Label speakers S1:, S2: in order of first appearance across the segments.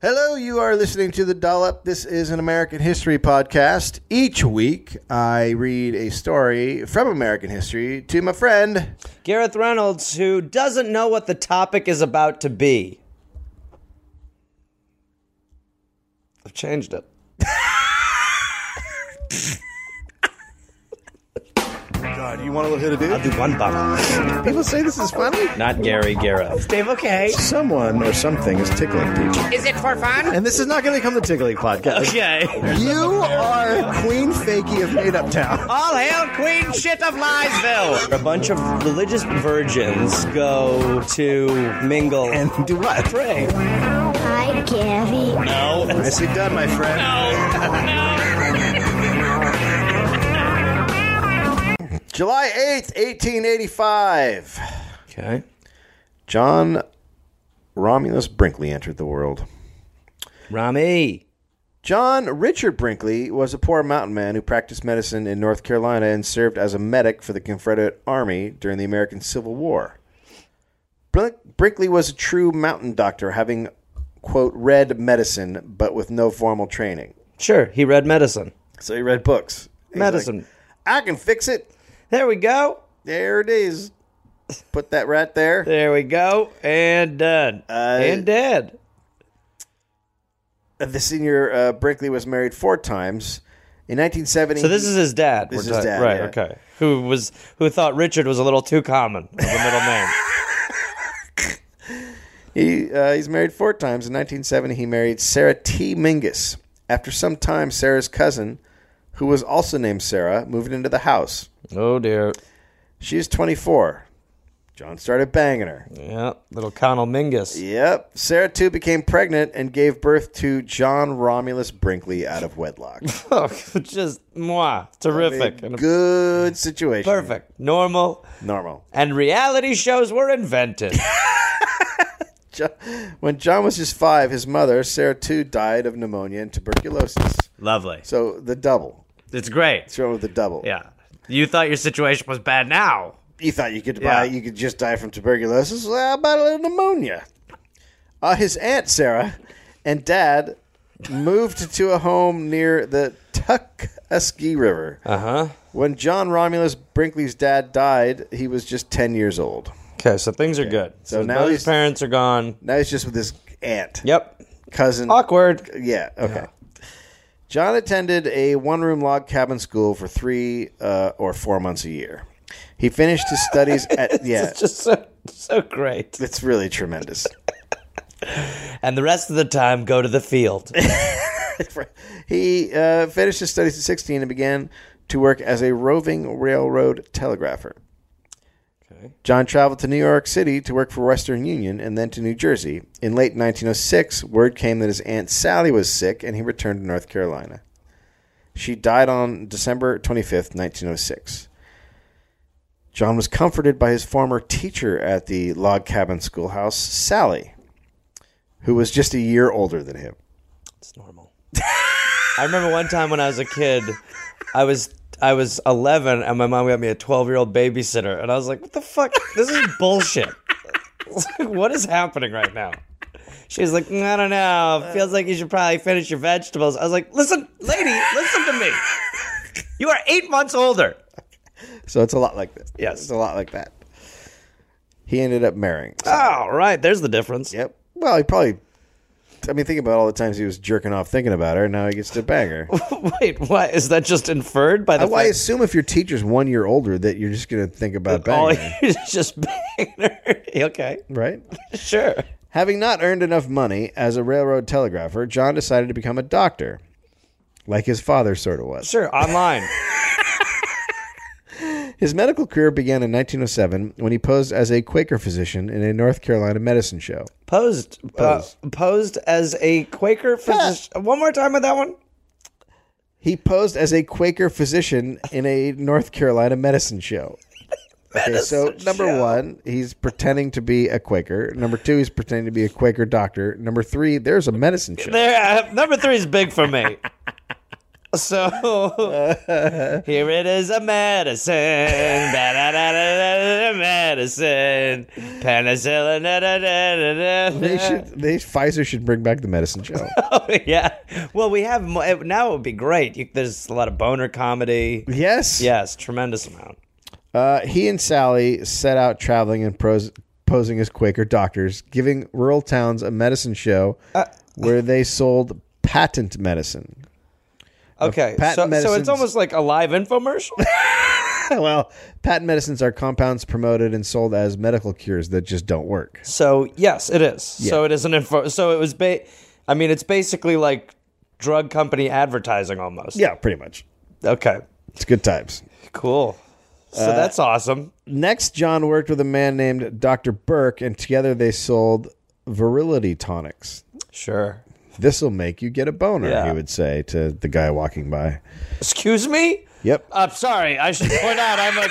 S1: Hello, you are listening to The Dollop. This is an American history podcast. Each week, I read a story from American history to my friend.
S2: Gareth Reynolds, who doesn't know what the topic is about to be. I've changed it.
S1: God, you want to hit a
S2: I'll do one bummer.
S1: People say this is funny.
S2: Not Gary Gareth.
S3: Dave, okay.
S1: Someone or something is tickling people.
S3: Is it for fun?
S1: And this is not going to become the tickling podcast.
S2: Okay.
S1: You are Queen Fakey of Made Up Town.
S3: All hail Queen Shit of Liesville.
S2: A bunch of religious virgins go to mingle.
S1: And do what? Pray.
S4: Hi, Gabby.
S2: no.
S1: Nicely done, my friend. July 8th, 1885.
S2: Okay.
S1: John Romulus Brinkley entered the world.
S2: Rami.
S1: John Richard Brinkley was a poor mountain man who practiced medicine in North Carolina and served as a medic for the Confederate Army during the American Civil War. Brin- Brinkley was a true mountain doctor, having, quote, read medicine, but with no formal training.
S2: Sure, he read medicine.
S1: So he read books. He's like,
S2: Medicine.
S1: I can fix it.
S2: There we go.
S1: There it is. Put that right there.
S2: There we go. And done. and dead.
S1: The senior uh, Brinkley was married four times. In 1970,
S2: So this is his dad.
S1: This
S2: we're
S1: is his
S2: talking-
S1: dad,
S2: right?
S1: yeah.
S2: Okay. Who was who thought Richard was a little too common of a middle name?
S1: He uh, he's married four times. In 1970, he married Sarah T. Mingus. After some time, Sarah's cousin, who was also named Sarah, moved into the house.
S2: oh dear.
S1: She is 24. John started banging her.
S2: Yeah, little Connell Mingus.
S1: Yep. Sarah too became pregnant and gave birth to John Romulus Brinkley out of wedlock.
S2: Oh, just moi, terrific and
S1: Good situation.
S2: perfect, normal,
S1: Normal.
S2: and reality shows were invented.
S1: Jo- When John was just five, his mother Sarah too died of pneumonia and tuberculosis.
S2: Lovely.
S1: So the double.
S2: It's great.
S1: Throw with the double.
S2: Yeah. You thought your situation was bad. Now
S1: you thought you could
S2: Yeah.
S1: buy, you could just die from tuberculosis. Well, how about a little pneumonia? Uh, his aunt Sarah and dad moved to a home near the Tuckasegee River. Uh huh.
S2: Uh-huh.
S1: When John Romulus Brinkley's dad died, he was just ten years old.
S2: Okay, so things are good. So,
S1: now
S2: now his
S1: he's-
S2: parents are gone.
S1: Now he's just with his aunt,
S2: Yep.
S1: cousin.
S2: Awkward.
S1: Yeah. Okay. John attended a one room log cabin school for three uh, or four months a year. He finished his studies at yeah.
S2: It's just so so great.
S1: It's really tremendous.
S2: And the rest of the time go to the field.
S1: He uh, finished his studies at 16 and began to work as a roving railroad telegrapher. John traveled to New York City to work for Western Union and then to New Jersey. In late 1906, word came that his Aunt Sally was sick and he returned to North Carolina. She died on December 25th, 1906. John was comforted by his former teacher at the log cabin schoolhouse, Sally, who was just a year older than him.
S2: It's normal. I remember one time when I was a kid, I was I was 11 and my mom got me a 12-year-old babysitter and I was like, "What the fuck? This is bullshit. what is happening right now?" She was like, "Mm, "I don't know. It feels like you should probably finish your vegetables." I was like, "Listen, lady, listen to me. You are 8 months older."
S1: So it's a lot like this.
S2: Yes.
S1: It's a lot like that. He ended up marrying.
S2: Oh, right. There's the difference.
S1: Yep. Well, he probably. I mean, think about all the times he was jerking off thinking about her. Now he gets to bang her.
S2: Wait, why is that just inferred by the
S1: Why
S2: fact
S1: assume if your teacher's one year older that you're just going to think about
S2: all
S1: banging her,
S2: you just banged her? Okay.
S1: right?
S2: Sure.
S1: Having not earned enough money as a railroad telegrapher, John decided to become a doctor, like his father sort of was.
S2: Sure, online.
S1: His medical career began in 1907 when he posed as a Quaker physician in a North Carolina medicine show.
S2: Posed,
S1: Posed.
S2: Uh, posed as a Quaker physician. One more time with that one.
S1: He posed as a Quaker physician in a North Carolina medicine show. Okay, so number one, he's pretending to be a Quaker. Number two, he's pretending to be a Quaker doctor. Number three, there's a medicine show.
S2: There, uh, number three is big for me. So here it is a medicine. Da-da-da-da-da-da, medicine. Penicillin. da-da-da-da-da-da.
S1: They should. They Pfizer should bring back the medicine show.
S2: Oh, yeah. Well, we have mo- now it would be great. You, there's a lot of boner comedy.
S1: yes.
S2: Yes, tremendous amount.
S1: Uh, he and Sally set out traveling and pros- posing as Quaker doctors, giving rural towns a medicine show where they sold patent medicine.
S2: Okay,
S1: patent
S2: so, so
S1: medicines-
S2: it's almost like a live infomercial.
S1: well, patent medicines are compounds promoted and sold as medical cures that just don't work.
S2: so yes, it is. So
S1: Yeah.
S2: it is an info. So it was. Ba- I mean, it's basically like drug company advertising almost.
S1: Yeah, pretty much.
S2: Okay.
S1: It's good times.
S2: Cool. So
S1: Uh,
S2: that's awesome.
S1: Next, John worked with a man named Dr. Burke, and together they sold virility tonics.
S2: Sure.
S1: This'll make you get a boner,
S2: Yeah.
S1: he would say to the guy walking by.
S2: Excuse me.
S1: Yep.
S2: I'm sorry. I should point out I'm a.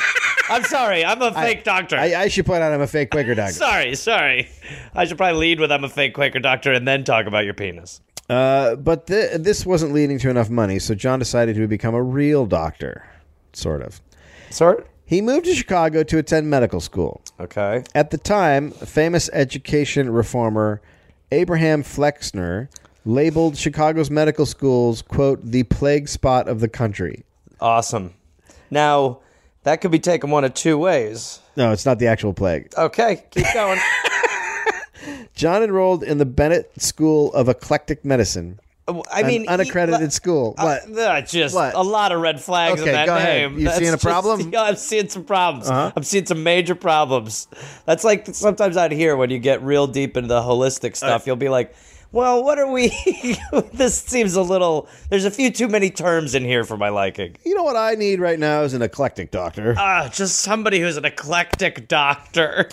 S2: I'm sorry. I'm a fake doctor.
S1: I, I should point out I'm a fake Quaker doctor.
S2: sorry. Sorry. I should probably lead with I'm a fake Quaker doctor and then talk about your penis.
S1: Uh, but th- this wasn't leading to enough money, so John decided he would become a real doctor, sort of.
S2: Sort.
S1: He moved to Chicago to attend medical school.
S2: Okay.
S1: At the time, famous education reformer Abraham Flexner labeled Chicago's medical schools, quote, the plague spot of the country.
S2: Awesome. Now that could be taken one of two ways.
S1: No, it's not the actual plague.
S2: Okay. Keep going.
S1: John enrolled in the Bennett School of Eclectic Medicine,
S2: I
S1: an
S2: mean, he-
S1: unaccredited school.
S2: Uh,
S1: What?
S2: uh, just
S1: What?
S2: a lot of red flags
S1: Okay,
S2: in that
S1: go ahead.
S2: name.
S1: You seeing a
S2: just-
S1: problem? Uh-huh.
S2: yeah, I'm seeing some problems. I'm seeing some major problems. That's like sometimes out here when you get real deep into the holistic stuff, you'll be like, "Well, what are we? this seems a little. There's a few too many terms in here for my liking."
S1: you know what I need right now is an eclectic doctor.
S2: Ah, just somebody who's an eclectic doctor.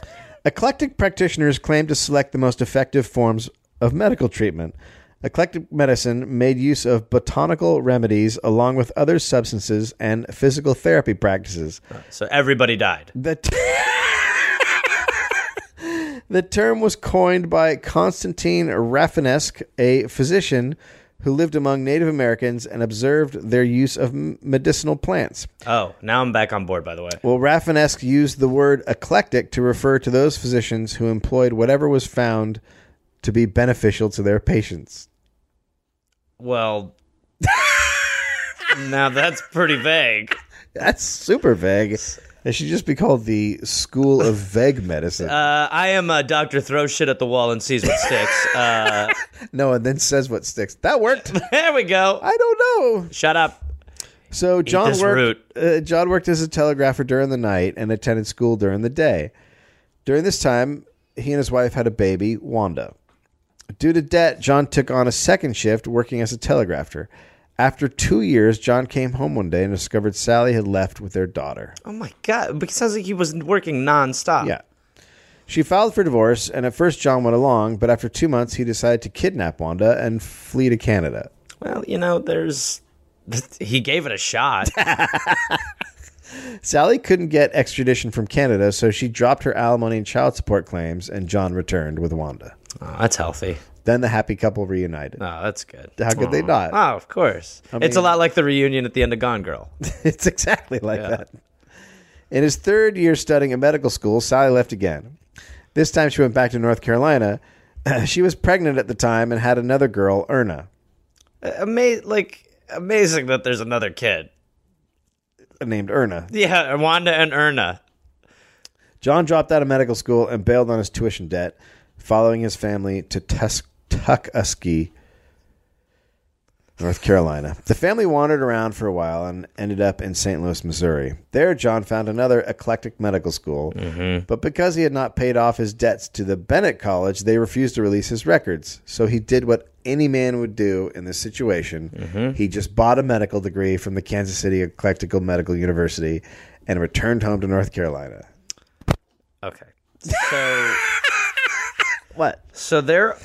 S1: Eclectic practitioners claim to select the most effective forms of medical treatment. Eclectic medicine made use of botanical remedies along with other substances and physical therapy practices.
S2: So everybody died.
S1: The, t- the term was coined by Constantine Rafinesque, a physician who lived among Native Americans and observed their use of m- medicinal plants.
S2: Oh, now I'm back on board. By the way,
S1: Well, Raffinesque used the word eclectic to refer to those physicians who employed whatever was found to be beneficial to their patients.
S2: well, now that's pretty vague.
S1: That's super vague. It should just be called the School of Vague Medicine.
S2: Uh, I am uh, Doctor Throw Shit at the Wall and Sees What Sticks. Uh,
S1: no one then says what sticks. That worked.
S2: there we go.
S1: I don't know.
S2: Shut up.
S1: So John
S2: this
S1: worked. Uh, John worked as a telegrapher during the night and attended school during the day. During this time, he and his wife had a baby, Wanda. Due to debt, John took on a second shift working as a telegrapher. After two years, John came home one day and discovered Sally had left with their daughter.
S2: Oh my god! It sounds like he was working nonstop.
S1: Yeah. She filed for divorce, and at first John went along, but after two months, he decided to kidnap Wanda and flee to Canada.
S2: Well, you know, there's. He gave it a shot.
S1: Sally couldn't get extradition from Canada, so she dropped her alimony and child support claims, and John returned with Wanda.
S2: oh, that's healthy.
S1: Then the happy couple reunited.
S2: Oh, that's good.
S1: How could they
S2: Aw.
S1: not?
S2: Oh, of course. it's a
S1: mean-
S2: lot like the reunion at the end of Gone Girl.
S1: It's exactly like that. In his third year studying at medical school, Sally left again. This time she went back to North Carolina. she was pregnant at the time and had another girl, Erna.
S2: Ama- like amazing that there's another kid.
S1: Named Erna.
S2: Yeah, Wanda and Erna.
S1: John dropped out of medical school and bailed on his tuition debt, following his family to Tus- Tuckuskee, North Carolina. The family wandered around for a while and ended up in St. Louis, Missouri. There, John found another eclectic medical school, but because he had not paid off his debts to the Bennett College, they refused to release his records. So he did what any man would do in this situation. He just bought a medical degree from the Kansas City Eclectical Medical University and returned home to North Carolina.
S2: Okay. So.
S1: What?
S2: So there,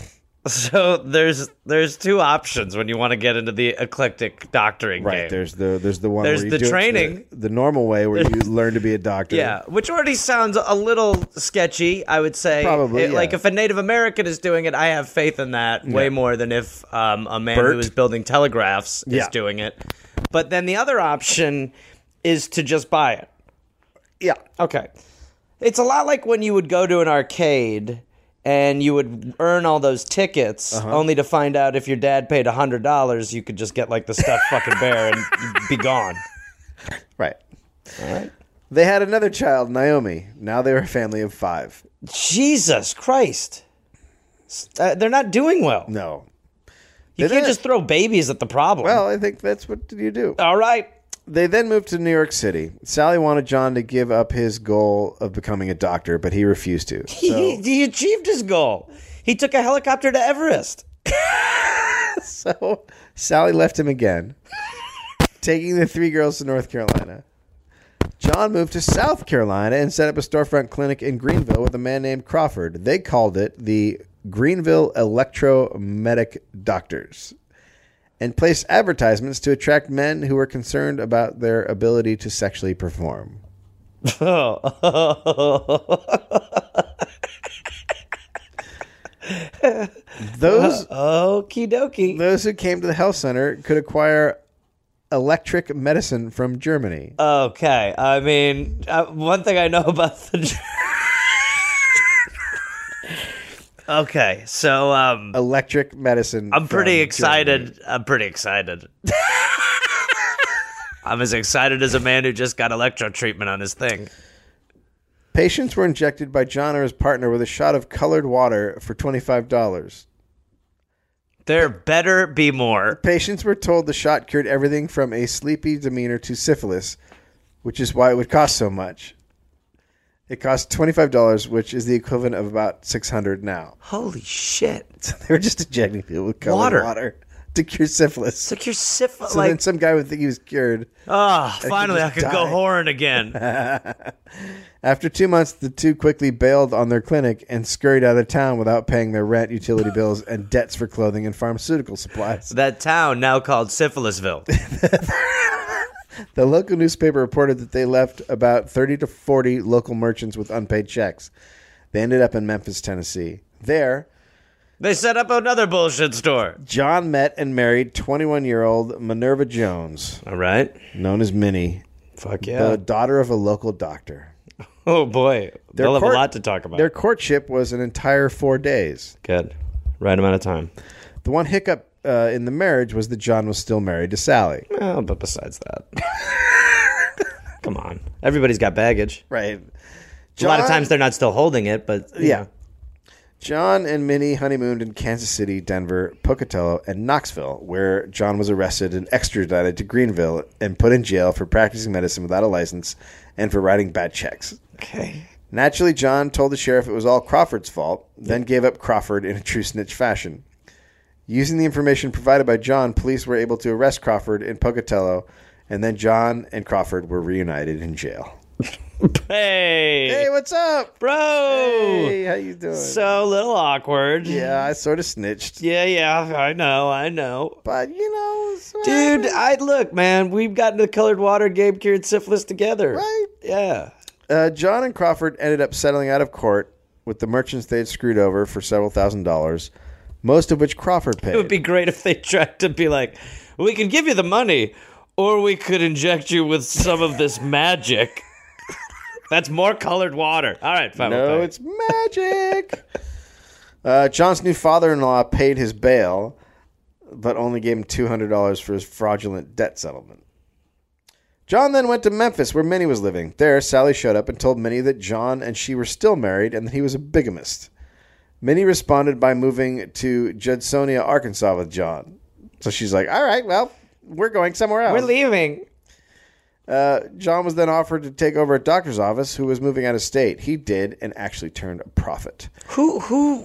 S2: so there's there's two options when you want to get into the eclectic doctoring
S1: Right.
S2: game.
S1: There's the there's the one
S2: There's
S1: where you
S2: the
S1: do it
S2: training.
S1: the, the normal way where you learn to be a doctor.
S2: yeah, which already sounds a little sketchy. I would say,
S1: Probably,
S2: It- like
S1: yeah.
S2: if a Native American is doing it, I have faith in that way more than if um, a man
S1: Bert?
S2: who is building telegraphs is
S1: Yeah.
S2: doing it. But then the other option is to just buy it.
S1: Yeah.
S2: Okay. It's a lot like when you would go to an arcade and you would earn all those tickets
S1: Uh-huh.
S2: only to find out if your dad paid $100 you could just get like the stuffed fucking bear and be gone.
S1: Right. They had another child, Naomi. Now they were a family of five.
S2: Jesus Christ. S- uh, they're not doing well.
S1: No.
S2: you
S1: they
S2: can't
S1: didn't-
S2: just throw babies at the problem.
S1: Well, I think that's what you do.
S2: all right.
S1: They then moved to New York City. Sally wanted John to give up his goal of becoming a doctor, but he refused to.
S2: He,
S1: So,
S2: he achieved his goal. He took a helicopter to Everest.
S1: so Sally left him again, taking the three girls to North Carolina. John moved to South Carolina and set up a storefront clinic in Greenville with a man named Crawford. They called it the Greenville Electromedic Doctors and placed advertisements to attract men who were concerned about their ability to sexually perform.
S2: Oh,
S1: Those
S2: Uh-huh. Okie dokie.
S1: those who came to the health center could acquire electric medicine from Germany.
S2: Uh, Okay. I mean, uh, one thing I know about the. okay. So um,
S1: electric medicine.
S2: I'm pretty
S1: from
S2: excited.
S1: Germany.
S2: I'm pretty excited. I'm as excited as a man who just got electro treatment on his thing.
S1: Patients were injected by John or his partner with a shot of colored water for $25.
S2: There better be more.
S1: Patients were told the shot cured everything from a sleepy demeanor to syphilis, which is why it would cost so much. It cost $25, which is the equivalent of about 600 now.
S2: Holy shit!
S1: So they were just injecting people with colored
S2: Water.
S1: water, to cure syphilis.
S2: It's like you're syphilis.
S1: so then
S2: like,
S1: some guy would think he was cured.
S2: ah, finally I
S1: just
S2: could go
S1: die.
S2: horn again.
S1: After two months, the two quickly bailed on their clinic and scurried out of town without paying their rent, utility bills, and debts for clothing and pharmaceutical supplies.
S2: that town now called Syphilisville.
S1: The local newspaper reported that they left about 30 to 40 local merchants with unpaid checks. They ended up in Memphis, Tennessee. There,
S2: they set up another bullshit store.
S1: John met and married 21 year old Minerva Jones,
S2: All right.
S1: known as Minnie,
S2: Fuck
S1: the daughter of a local doctor.
S2: Oh boy, they'll have
S1: court-
S2: a lot to talk about.
S1: Their courtship was an entire four days.
S2: Good, right amount of time.
S1: The one hiccup uh, in the marriage was that John was still married to Sally.
S2: Well, but besides that, come on, everybody's got baggage.
S1: Right.
S2: a lot of
S1: John-
S2: times they're not still holding it, but you
S1: Yeah.
S2: know.
S1: John and Minnie honeymooned in Kansas City, Denver, Pocatello, and Knoxville, where John was arrested and extradited to Greenville and put in jail for practicing medicine without a license and for writing bad checks.
S2: Okay.
S1: Naturally, John told the sheriff it was all Crawford's fault, then gave up Crawford in a true snitch fashion. Using the information provided by John, police were able to arrest Crawford in Pocatello, and then John and Crawford were reunited in jail.
S2: Hey,
S1: Hey, what's up?
S2: bro.
S1: Hey, how you doing?
S2: So a little awkward.
S1: yeah, I sort of snitched.
S2: Yeah, yeah, I know, I know.
S1: But you know, it's what
S2: Dude,
S1: happened,
S2: I look, man. We've gotten the colored water, Gabe cured syphilis together.
S1: right?
S2: Yeah.
S1: Uh, John and Crawford ended up settling out of court with the merchants they had screwed over for several thousand dollars, most of which Crawford paid.
S2: It would be great if they tried to be like, we can give you the money, or we could inject you with some of this magic. That's more colored water. All right, fine. we'll
S1: no,
S2: pay.
S1: it's magic. uh, John's new father-in-law paid his bail, but only gave him two hundred dollars for his fraudulent debt settlement. John then went to Memphis, where Minnie was living. There, Sally showed up and told Minnie that John and she were still married and that he was a bigamist. Minnie responded by moving to Judsonia, Arkansas with John. So she's like, all right, well, we're going somewhere else.
S2: We're leaving.
S1: Uh, John was then offered to take over a doctor's office who was moving out of state. He did and actually turned a profit.
S2: Who who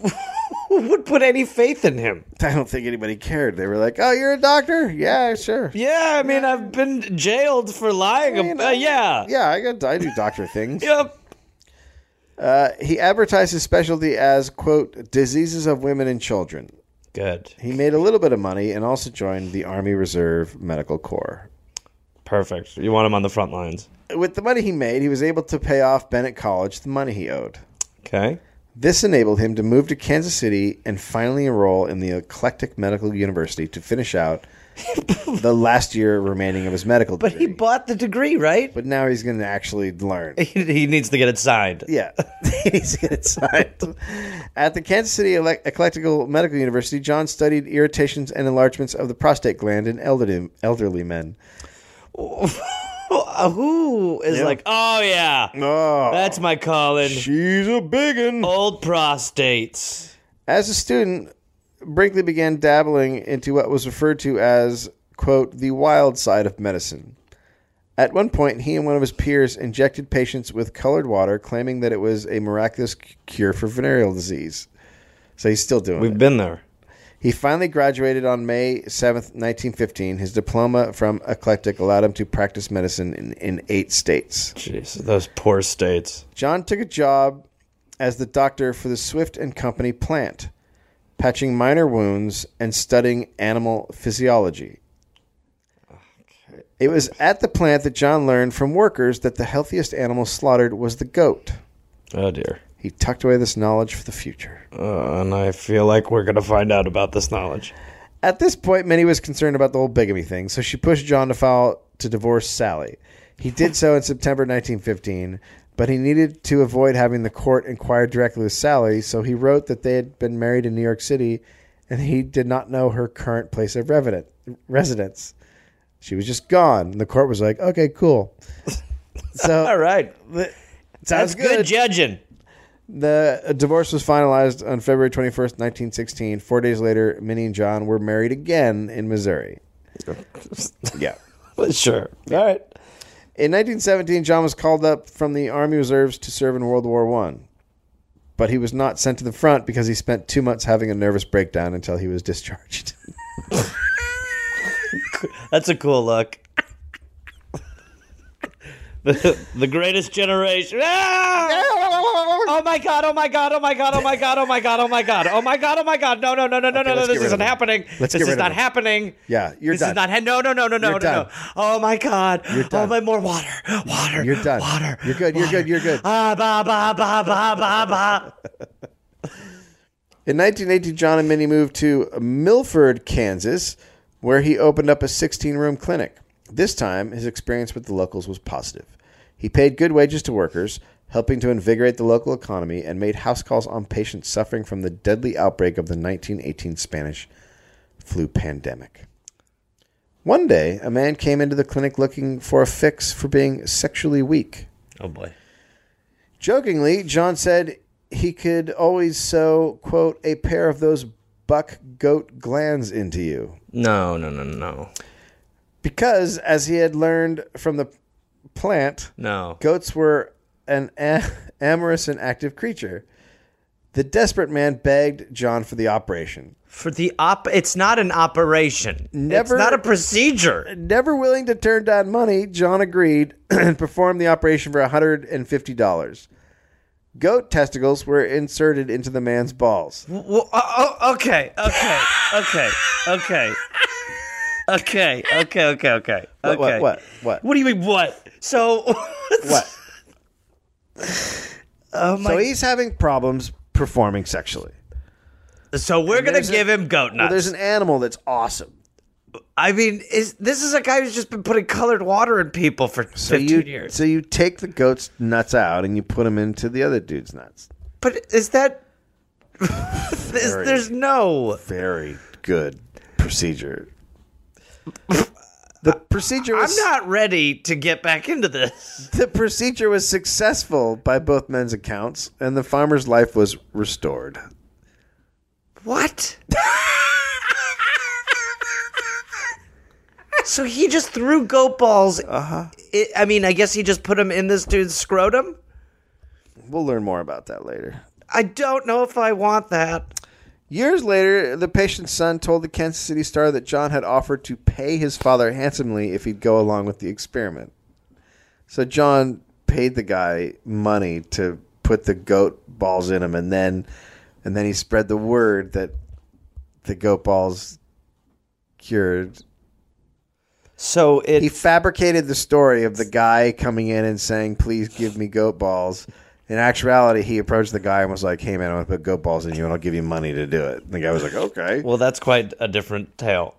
S2: who would put any faith in him?
S1: I don't think anybody cared. They were like, oh, you're a doctor? Yeah, sure.
S2: Yeah, I mean, I've been jailed for lying. ab- uh, yeah.
S1: Yeah, I, got, I do doctor things.
S2: Yep.
S1: Uh, he advertised his specialty as, quote, diseases of women and children.
S2: Good.
S1: He made a little bit of money and also joined the Army Reserve Medical Corps.
S2: Perfect. You want him on the front lines.
S1: With the money he made, he was able to pay off Bennett College the money he owed.
S2: Okay.
S1: This enabled him to move to Kansas City and finally enroll in the Eclectic Medical University to finish out the last year remaining of his medical
S2: But
S1: degree.
S2: he bought the degree, right?
S1: but now he's going to actually learn.
S2: He, he needs to get it signed.
S1: Yeah, he's inside. At the Kansas City Ele- Eclectical Medical University, John studied irritations and enlargements of the prostate gland in elderly, elderly men.
S2: uh, Who is like, oh yeah,
S1: Oh,
S2: that's my calling.
S1: she's a biggin.
S2: Old prostates.
S1: As a student, Brinkley began dabbling into what was referred to as quote the wild side of medicine. At one point, he and one of his peers injected patients with colored water, claiming that it was a miraculous c- cure for venereal disease. So he's still doing it.
S2: We've been there.
S1: He finally graduated on May 7th, 1915. His diploma from Eclectic allowed him to practice medicine in, in eight states.
S2: Jeez, those poor states.
S1: John took a job as the doctor for the Swift and Company plant, patching minor wounds and studying animal physiology. It was at the plant that John learned from workers that the healthiest animal slaughtered was the goat.
S2: Oh dear.
S1: He tucked away this knowledge for the future.
S2: Uh, and I feel like we're gonna find out about this knowledge.
S1: At this point, Minnie was concerned about the whole bigamy thing, so she pushed John to file to divorce Sally. He did so in September 1915, but he needed to avoid having the court inquire directly with Sally, so he wrote that they had been married in New York City and he did not know her current place of revident- residence. She was just gone, and the court was like, okay, cool. So,
S2: All right,
S1: sounds
S2: that's good.
S1: good.
S2: judging.
S1: The uh, divorce was finalized on February 21st, 1916. Four days later, Minnie and John were married again in Missouri. yeah.
S2: sure. All right.
S1: In 1917, John was called up from the Army Reserves to serve in World War One, but he was not sent to the front because he spent two months having a nervous breakdown until he was discharged.
S2: That's a cool look. the, the greatest generation. Ah! Oh my god! Oh my god! Oh my god! Oh my god! Oh my god! Oh my god! Oh my god! Oh my god! No! No! No! No! No! no!
S1: let's get
S2: No! This
S1: rid
S2: isn't
S1: of him.
S2: happening.
S1: Let's
S2: this
S1: get rid
S2: is
S1: of
S2: not
S1: him.
S2: happening.
S1: Yeah, you're
S2: this
S1: done.
S2: is not. ha- No! No! No! No! No!
S1: You're
S2: No!
S1: done.
S2: No! Oh my god! Oh
S1: done.
S2: my! More water! Water!
S1: You're done.
S2: Water!
S1: You're good, you're
S2: water.
S1: good, you're good.
S2: Ah! Ba! Ba! Ba! Ba! Ba! Ba!
S1: In 1918, John and Minnie moved to Milford, Kansas, where he opened up a 16 room clinic. This time, his experience with the locals was positive. He paid good wages to workers, helping to invigorate the local economy, and made house calls on patients suffering from the deadly outbreak of the 1918 Spanish flu pandemic. One day, a man came into the clinic looking for a fix for being sexually weak.
S2: Oh boy!
S1: Jokingly, John said he could always sew, quote, a pair of those buck goat glands into you.
S2: No! No! No! No!
S1: Because, as he had learned from the plant,
S2: No!
S1: goats were an a- amorous and active creature. The desperate man begged John for the operation.
S2: For the op, it's not an operation.
S1: Never-
S2: It's not a procedure.
S1: Never willing to turn down money, John agreed and performed the operation for $150. Goat testicles were inserted into the man's balls.
S2: Well, oh, oh, okay, okay, okay, okay, okay, okay, okay, okay.
S1: What, what,
S2: okay.
S1: what, what?
S2: What do you mean? What? So,
S1: What?
S2: Oh my!
S1: So he's having problems performing sexually.
S2: So we're gonna
S1: there's a-
S2: give him goat
S1: Well,
S2: nuts.
S1: there's an animal that's awesome.
S2: I mean, is this is a guy who's just been putting colored water in people for
S1: So
S2: fifteen
S1: you
S2: years?
S1: so you take the goat's nuts out and you put them into the other dude's nuts.
S2: But is that? is,
S1: Very.
S2: there's no.
S1: Very good procedure. The procedure
S2: I'm
S1: was
S2: not ready to get back into this.
S1: the procedure was successful by both men's accounts, and the farmer's life was restored.
S2: What? so he just threw goat balls. Uh huh. I I mean, I guess he just put them in this dude's scrotum.
S1: We'll learn more about that later.
S2: I don't know if I want that.
S1: Years later, the patient's son told the Kansas City Star that John had offered to pay his father handsomely if he'd go along with the experiment. So John paid the guy money to put the goat balls in him, and then, and then he spread the word that the goat balls cured.
S2: So it
S1: He fabricated the story of the guy coming in and saying, "Please give me goat balls," In actuality, he approached the guy and was like, "Hey man, I'm gonna put goat balls in you, and I'll give you money to do it." And the guy was like, "Okay."
S2: Well, that's quite a different tale.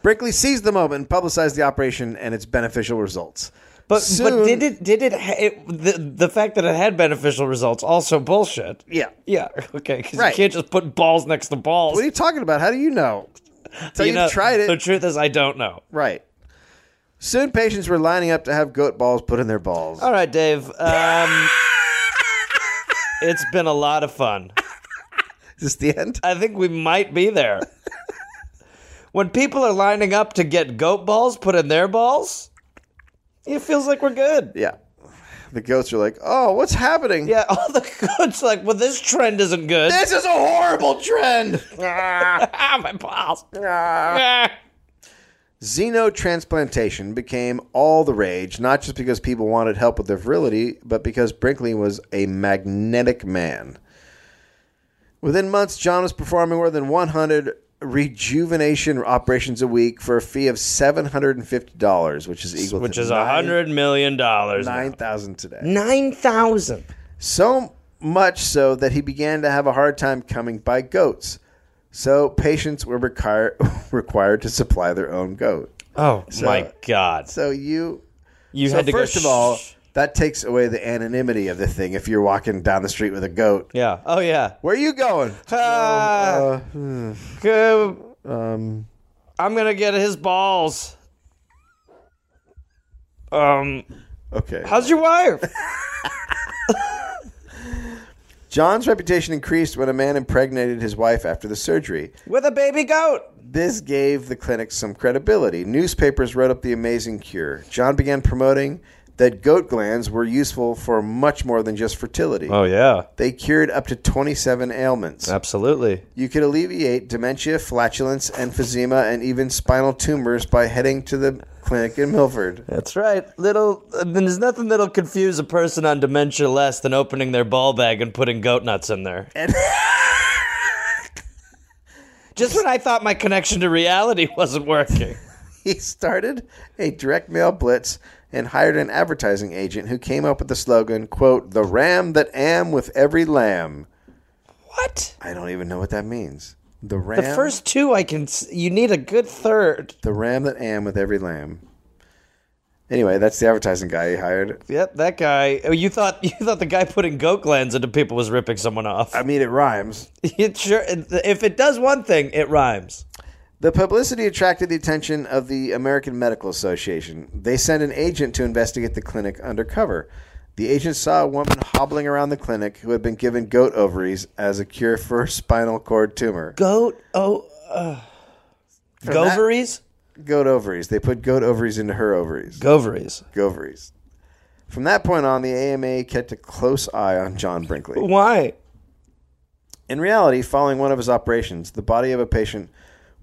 S1: Brinkley seized the moment and publicized the operation and its beneficial results.
S2: But
S1: Soon-
S2: but did it did it, ha- it the the fact that it had beneficial results also bullshit.
S1: Yeah.
S2: Yeah. Okay. Because
S1: Right.
S2: you can't just put balls next to balls.
S1: What are you talking about? How do you know? So you
S2: know,
S1: have tried it,
S2: The truth is, I don't know.
S1: right? Soon, patients were lining up to have goat balls put in their balls.
S2: All right, Dave. Um, it's been a lot of fun.
S1: Is this the end?
S2: I think we might be there. when people are lining up to get goat balls put in their balls, it feels like we're good.
S1: Yeah. The goats are like, "Oh, what's happening?"
S2: Yeah, all the goats like, well, this trend isn't good.
S1: This is a horrible trend.
S2: ah, my balls. Ah.
S1: Xenotransplantation became all the rage, not just because people wanted help with their virility, but because Brinkley was a magnetic man. Within months, John was performing more than 100 rejuvenation operations a week for a fee of $750, which is equal
S2: Which
S1: to
S2: is a
S1: nine-
S2: hundred million dollars.
S1: 9000 today.
S2: Nine thousand.
S1: So much so that he began to have a hard time coming by goats. So patients were require, required to supply their own goat.
S2: Oh my god!
S1: So you
S2: You
S1: so
S2: had to go,
S1: first of all,
S2: "Shh."
S1: that takes away the anonymity of the thing if you're walking down the street with a goat.
S2: Yeah. Oh yeah.
S1: Where are you going?
S2: Ah,
S1: uh,
S2: go-
S1: um,
S2: I'm gonna get his balls. Um,
S1: Okay.
S2: how's your wife?
S1: John's reputation increased when a man impregnated his wife after the surgery.
S2: With a baby goat.
S1: This gave the clinic some credibility. Newspapers wrote up the amazing cure. John began promoting that goat glands were useful for much more than just fertility.
S2: Oh yeah,
S1: They cured up to 27 ailments.
S2: absolutely.
S1: You could alleviate dementia, flatulence, emphysema, and even spinal tumors by heading to the clinic in Milford.
S2: That's right. Little. I mean, there's nothing that'll confuse a person on dementia less than opening their ball bag and putting goat nuts in there. Just when I thought my connection to reality wasn't working.
S1: he started a direct mail blitz and hired an advertising agent who came up with the slogan, quote, the ram that am with every lamb.
S2: What?
S1: I don't even know what that means. The ram
S2: The first two I can. s- You need a good third.
S1: the ram that am with every lamb. Anyway, that's the advertising guy he hired.
S2: Yep, that guy. oh, You thought you thought the guy putting goat glands into people was ripping someone off.
S1: I mean it rhymes.
S2: It sure. If it does one thing, it rhymes.
S1: The publicity attracted the attention of the American Medical Association. They sent an agent to investigate the clinic undercover. The agent saw a woman hobbling around the clinic who had been given goat ovaries as a cure for spinal cord tumor.
S2: Goat. Oh. Uh, goveries.
S1: Goat ovaries. They put goat ovaries into her ovaries.
S2: Goveries.
S1: Govaries. From that point on, the AMA kept a close eye on John Brinkley.
S2: Why?
S1: In reality, following one of his operations, the body of a patient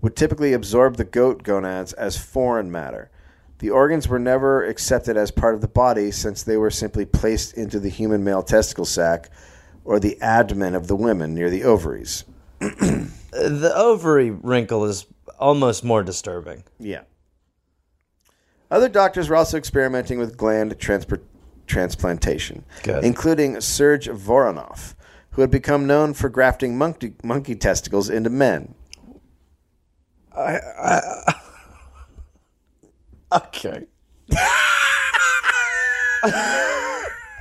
S1: would typically absorb the goat gonads as foreign matter. The organs were never accepted as part of the body since they were simply placed into the human male testicle sac or the abdomen of the women near the ovaries.
S2: The ovary wrinkle is almost more disturbing.
S1: Yeah. Other doctors were also experimenting with gland transpor- transplantation,
S2: Good.
S1: including Serge Voronov, who had become known for grafting monkey, monkey testicles into men.
S2: Okay.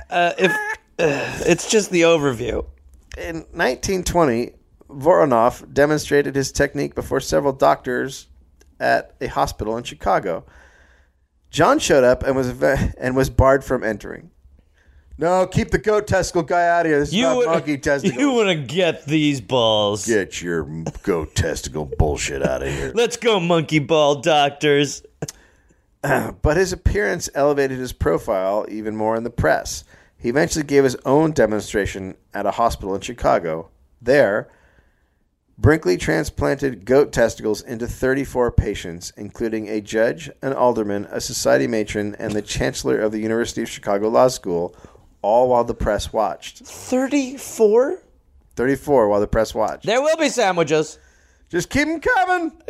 S2: uh, if uh, it's just the overview.
S1: In 1920, Voronov demonstrated his technique before several doctors at a hospital in Chicago. John showed up and was ve- and was barred from entering. No, keep the goat testicle guy out of here. This is not monkey testicles.
S2: You want to get these balls.
S1: Get your goat testicle bullshit out of here.
S2: Let's go, monkey ball doctors.
S1: But his appearance elevated his profile even more in the press. He eventually gave his own demonstration at a hospital in Chicago. There, Brinkley transplanted goat testicles into 34 patients, including a judge, an alderman, a society matron, and the chancellor of the University of Chicago Law School, all while the press watched.
S2: 34?
S1: 34 while the press watched.
S2: There will be sandwiches.
S1: Just keep them coming.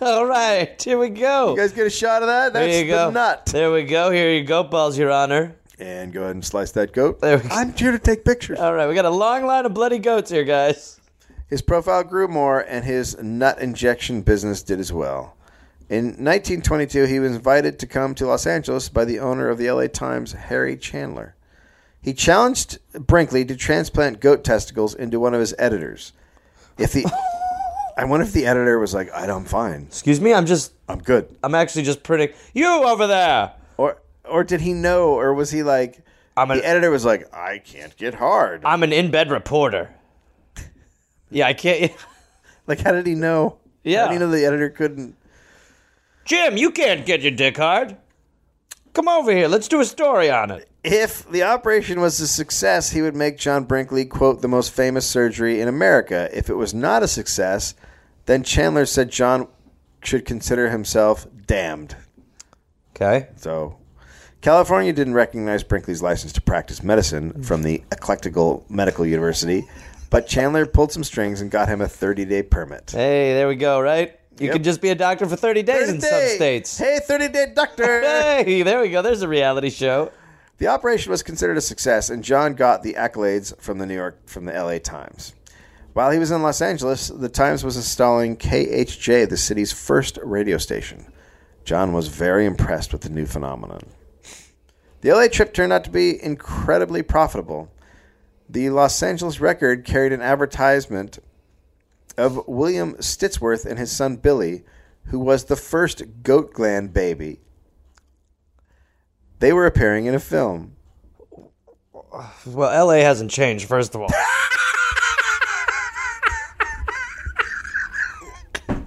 S2: All right, here we go.
S1: You guys get a shot of that? That's
S2: there you
S1: the
S2: go.
S1: nut.
S2: There we go. Here you go, balls, Your Honor.
S1: And go ahead and slice that goat.
S2: There we go.
S1: I'm here to take pictures.
S2: All right, we got a long line of bloody goats here, guys.
S1: His profile grew more, and his nut injection business did as well. In 1922, he was invited to come to Los Angeles by the owner of the LA Times, Harry Chandler. He challenged Brinkley to transplant goat testicles into one of his editors. If the I wonder if the editor was like, "I- "I'm fine,
S2: Excuse me, I'm just,
S1: I'm good,"
S2: I'm actually just printing you over there.
S1: or or did he know, or was he like,
S2: I'm an,
S1: the editor was like, "I can't get hard."
S2: I'm an in bed reporter. Yeah, I can't.
S1: like, how did he know?
S2: Yeah.
S1: how did he know the editor couldn't?
S2: Jim, you can't get your dick hard. Come over here. Let's do a story on it.
S1: If the operation was a success, he would make John Brinkley, quote, the most famous surgery in America. If it was not a success, then Chandler said John should consider himself damned.
S2: Okay.
S1: So, California didn't recognize Brinkley's license to practice medicine from the Eclectical Medical University, but Chandler pulled some strings and got him a 30 day permit.
S2: Hey, there we go, right? You
S1: Yep.
S2: can just be a doctor for 30 days in some
S1: 30
S2: states.
S1: Hey, 30 day doctor!
S2: Hey, there we go. There's a reality show.
S1: The operation was considered a success, and John got the accolades from the New York from the L.A. Times. While he was in Los Angeles, the Times was installing KHJ, the city's first radio station. John was very impressed with the new phenomenon. The LA trip turned out to be incredibly profitable. The Los Angeles Record carried an advertisement of William Stitsworth and his son Billy, who was the first goat gland baby. They were appearing in a film.
S2: Well, LA hasn't changed, first of all.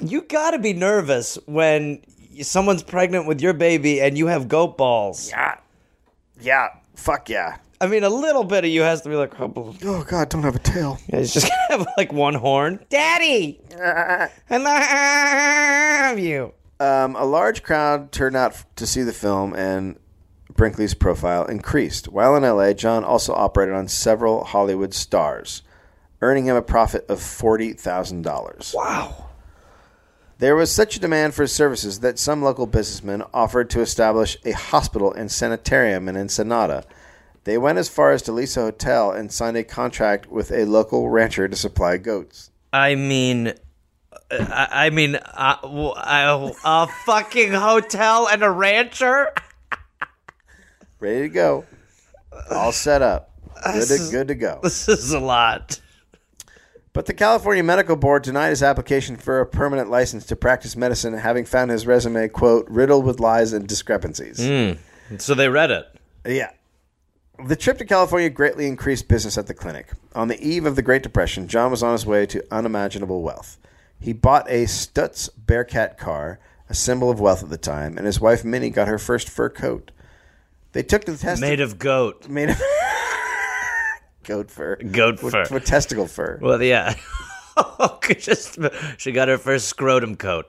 S2: you gotta be nervous when someone's pregnant with your baby and you have goat balls.
S1: Ah, yeah, fuck yeah.
S2: I mean, a little bit of you has to be like, oh,
S1: Oh God, don't have a tail.
S2: Yeah, he's just gonna have like one horn. Daddy, I love you.
S1: Um, a large crowd turned out f- to see the film, and Brinkley's profile increased. While in LA, John also operated on several Hollywood stars, earning him a profit of forty thousand dollars.
S2: Wow.
S1: There was such a demand for his services that some local businessmen offered to establish a hospital and sanitarium in Ensenada. They went as far as to lease a hotel and signed a contract with a local rancher to supply goats.
S2: I mean, I, I mean, uh, w- I- a fucking hotel and a rancher.
S1: Ready to go, all set up, good to,
S2: is-
S1: good to go.
S2: This is a lot.
S1: But the California Medical Board denied his application for a permanent license to practice medicine, having found his resume, quote, riddled with lies and discrepancies.
S2: Hmm. So they read it.
S1: Yeah. The trip to California greatly increased business at the clinic. On the eve of the Great Depression, John was on his way to unimaginable wealth. He bought a Stutz Bearcat car, a symbol of wealth at the time, and his wife Minnie got her first fur coat. They took the test
S2: Made of goat.
S1: made of goat fur,
S2: Goat
S1: for,
S2: fur.
S1: for testicle fur.
S2: Well, yeah. Just she got her first scrotum coat.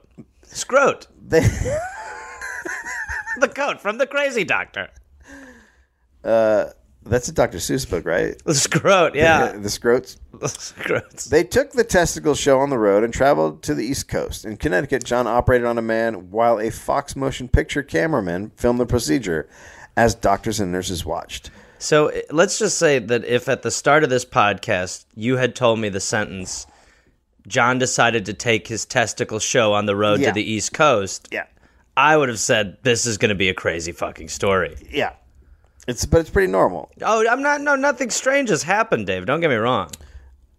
S2: Scrot.
S1: They-
S2: The coat from the crazy doctor.
S1: That's a Dr. Seuss book, right?
S2: The scrot. Yeah.
S1: the scrotes.
S2: The scrotes.
S1: They took the testicle show on the road and traveled to the East Coast. In Connecticut, John operated on a man while a Fox motion picture cameraman filmed the procedure as doctors and nurses watched.
S2: So i- let's just say that if at the start of this podcast you had told me the sentence, John decided to take his testicle show on the road
S1: Yeah.
S2: to the East Coast,
S1: Yeah.
S2: I would have said this is going to be a crazy fucking story.
S1: Yeah. It's but it's pretty normal.
S2: Oh, I'm not. No, nothing strange has happened, Dave. Don't get me wrong.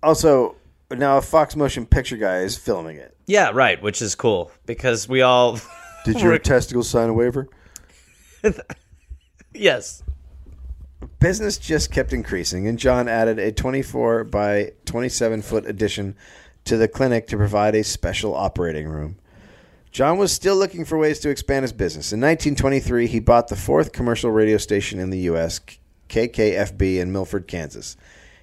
S1: Also, now a Fox motion picture guy is filming it.
S2: Yeah, right. Which is cool because we all.
S1: Did your testicles sign a waiver?
S2: yes.
S1: Business just kept increasing, and John added a 24 by 27 foot addition to the clinic to provide a special operating room. John was still looking for ways to expand his business. In 1923, he bought the fourth commercial radio station in the U.S., KKFB, in Milford, Kansas.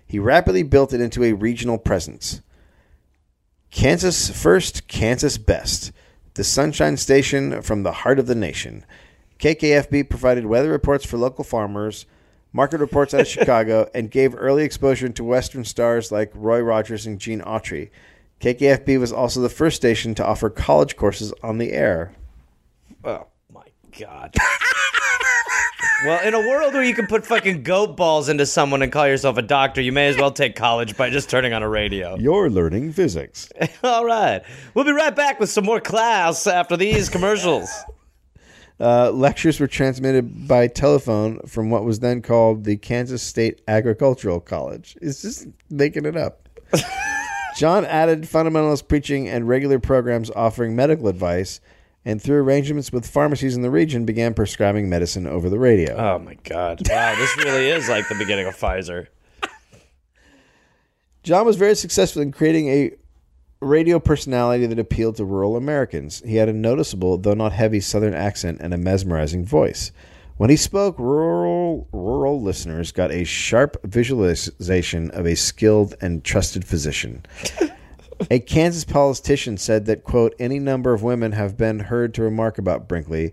S1: He rapidly built it into a regional presence. Kansas first, Kansas best. The Sunshine Station from the heart of the nation. KKFB provided weather reports for local farmers, market reports out of Chicago, and gave early exposure to Western stars like Roy Rogers and Gene Autry. KKFB was also the first station to offer college courses on the air.
S2: Oh my god. Well, in a world where you can put fucking goat balls into someone and call yourself a doctor, you may as well take college by just turning on a radio.
S1: You're learning physics.
S2: All right. We'll be right back with some more class after these commercials.
S1: Uh, lectures were transmitted by telephone from what was then called the Kansas State Agricultural College. It's just making it up. John added fundamentalist preaching and regular programs offering medical advice, and through arrangements with pharmacies in the region, began prescribing medicine over the radio.
S2: Oh my god. Wow, this really is like the beginning of Pfizer.
S1: John was very successful in creating a radio personality that appealed to rural Americans. He had a noticeable, though not heavy, southern accent and a mesmerizing voice. When he spoke, rural rural listeners got a sharp visualization of a skilled and trusted physician. a Kansas politician said that quote any number of women have been heard to remark about Brinkley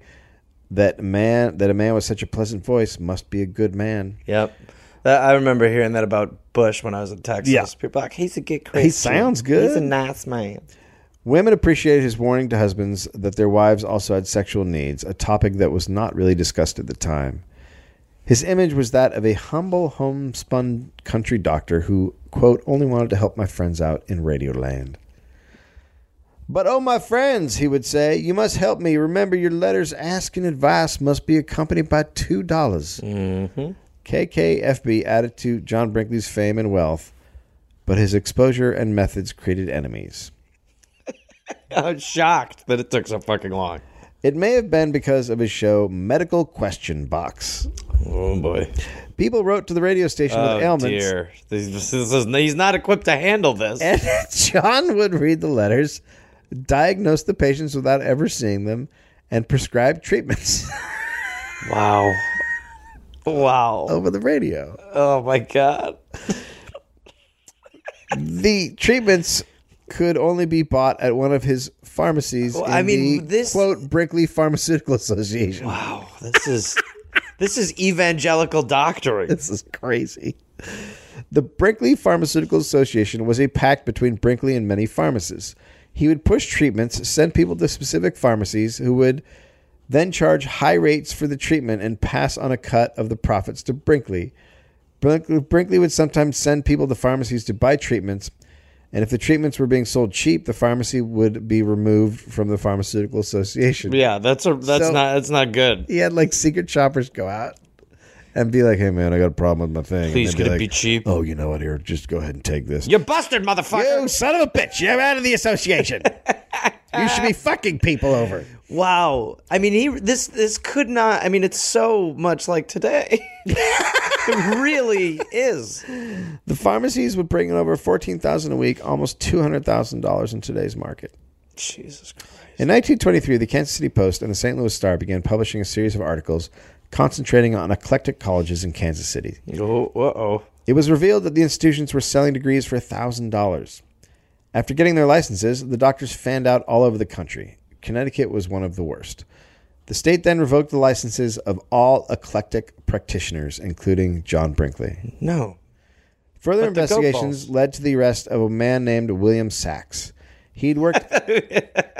S1: that man that a man with such a pleasant voice must be a good man.
S2: Yep. That, I remember hearing that about Bush when I was in Texas.
S1: Yeah.
S2: People are like, he's a good Christian.
S1: sounds good."
S2: He's a nice man.
S1: Women appreciated his warning to husbands that their wives also had sexual needs, a topic that was not really discussed at the time. His image was that of a humble, homespun country doctor who, quote, only wanted to help my friends out in Radioland. But oh, my friends, he would say, you must help me. Remember, your letters asking advice must be accompanied by $2. dollars KKFB added to John Brinkley's fame and wealth, but his exposure and methods created enemies.
S2: I'm shocked that it took so fucking long.
S1: It may have been because of his show Medical Question Box.
S2: Oh boy.
S1: People wrote to the radio station
S2: Oh
S1: with ailments,
S2: dear. This, this is, he's not equipped to handle this.
S1: and John would read the letters, diagnose the patients without ever seeing them, and prescribe treatments
S2: Wow. Wow.
S1: over the radio.
S2: Oh my god.
S1: The treatments could only be bought at one of his pharmacies.
S2: Well,
S1: in
S2: I mean,
S1: the,
S2: this-
S1: quote Brinkley Pharmaceutical Association.
S2: Wow. Oh, This is this is evangelical doctoring.
S1: This is crazy. The Brinkley Pharmaceutical Association was a pact between Brinkley and many pharmacists. He would push treatments, send people to specific pharmacies who would then charge high rates for the treatment and pass on a cut of the profits to Brinkley. Brinkley, Brinkley would sometimes send people to pharmacies to buy treatments, and if the treatments were being sold cheap, the pharmacy would be removed from the Pharmaceutical Association.
S2: Yeah, that's a that's
S1: So-
S2: not that's not good.
S1: He had like secret shoppers go out and be like, "Hey man, I got a problem with my thing." And
S2: Please,
S1: they'd
S2: could it
S1: like,
S2: be cheap?
S1: Oh, you know what? Here, just go ahead and take this.
S2: You're busted, motherfucker.
S1: You son of a bitch! You're out of the association. you should be fucking people over.
S2: Wow. I mean, he this this could not. I mean, it's so much like today. it really is.
S1: The pharmacies would bring in over fourteen thousand a week, almost two hundred thousand dollars in today's market.
S2: Jesus Christ.
S1: In 1923, the Kansas City Post and the St. Louis Star began publishing a series of articles concentrating on eclectic colleges in Kansas City.
S2: Oh, uh oh.
S1: It was revealed that the institutions were selling degrees for $1,000. After getting their licenses, the doctors fanned out all over the country. Connecticut was one of the worst. The state then revoked the licenses of all eclectic practitioners, including John Brinkley.
S2: No.
S1: Further
S2: the goat
S1: investigations led to the arrest of a man named William Sachs. He'd worked.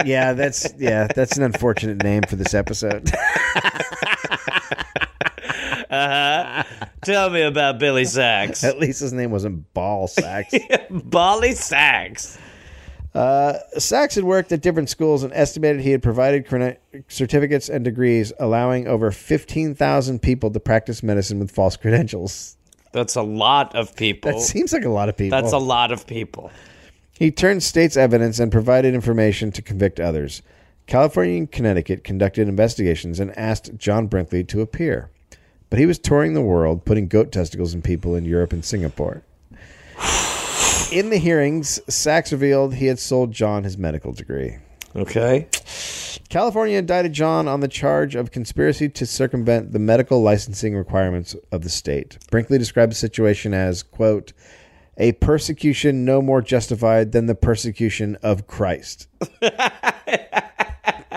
S1: yeah, that's yeah, that's an unfortunate name for this episode.
S2: Tell me about Billy Sachs.
S1: At least his name wasn't Ball Sachs.
S2: Bolly Sachs.
S1: Sachs had worked at different schools and estimated he had provided crene- certificates and degrees, allowing over 15,000 people to practice medicine with false credentials.
S2: That's a lot of people.
S1: That seems like a lot of people.
S2: Oh. That's a lot of people.
S1: He turned state's evidence and provided information to convict others. California and Connecticut conducted investigations and asked John Brinkley to appear. But he was touring the world, putting goat testicles in people in Europe and Singapore. In the hearings, Sachs revealed he had sold John his medical degree.
S2: Okay.
S1: California indicted John on the charge of conspiracy to circumvent the medical licensing requirements of the state. Brinkley described the situation as, quote, a persecution no more justified than the persecution of Christ.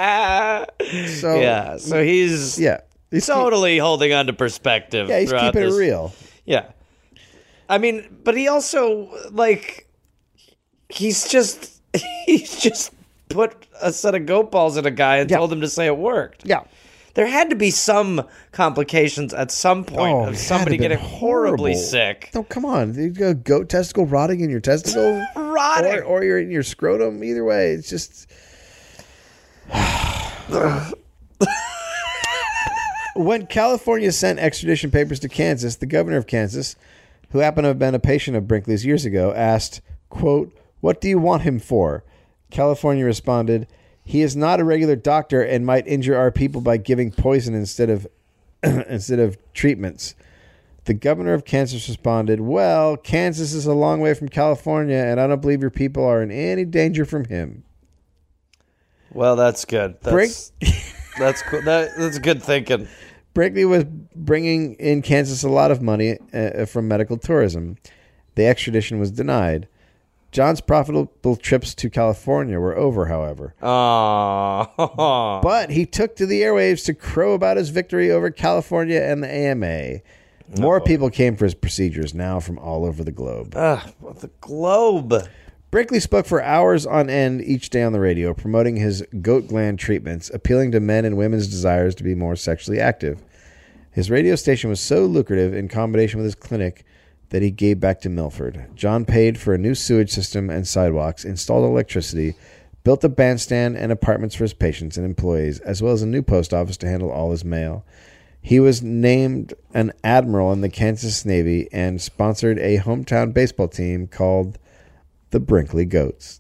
S1: so, yeah.
S2: Yeah. So he's
S1: Yeah. He's
S2: totally holding on to perspective.
S1: yeah, he's
S2: throughout
S1: keeping
S2: this.
S1: it real.
S2: Yeah. I mean, but he also like he's just he's just put a set of goat balls in a guy and
S1: Yeah.
S2: told him to say it worked.
S1: Yeah.
S2: There had to be some complications at some point
S1: Oh, it had
S2: of
S1: to
S2: somebody
S1: been
S2: getting horribly
S1: horrible.
S2: sick.
S1: No, come on. You got goat testicle rotting in your testicle,
S2: Uh, Rotting.
S1: or, or you're in your scrotum. Either way, it's just. when California sent extradition papers to Kansas, the governor of Kansas, who happened to have been a patient of Brinkley's years ago, asked, "Quote: What do you want him for?" California responded, "He is not a regular doctor and might injure our people by giving poison instead of instead of treatments." The governor of Kansas responded, Well, Kansas is a long way from California, and I don't believe your people are in any danger from him.
S2: Well, that's good.
S1: Brink-
S2: That's that's cool. That, that's good thinking.
S1: Brinkley was bringing in Kansas a lot of money uh, from medical tourism. The extradition was denied. John's profitable trips to California were over, however.
S2: Oh,
S1: But he took to the airwaves to crow about his victory over California and the AMA. More people came for his procedures now from all over the globe.
S2: the globe.
S1: Brinkley spoke for hours on end each day on the radio, promoting his goat gland treatments, appealing to men and women's desires to be more sexually active. His radio station was so lucrative in combination with his clinic that he gave back to Milford. John paid for a new sewage system and sidewalks, installed electricity, built a bandstand and apartments for his patients and employees, as well as a new post office to handle all his mail. He was named an admiral in the Kansas Navy and sponsored a hometown baseball team called the Brinkley Goats.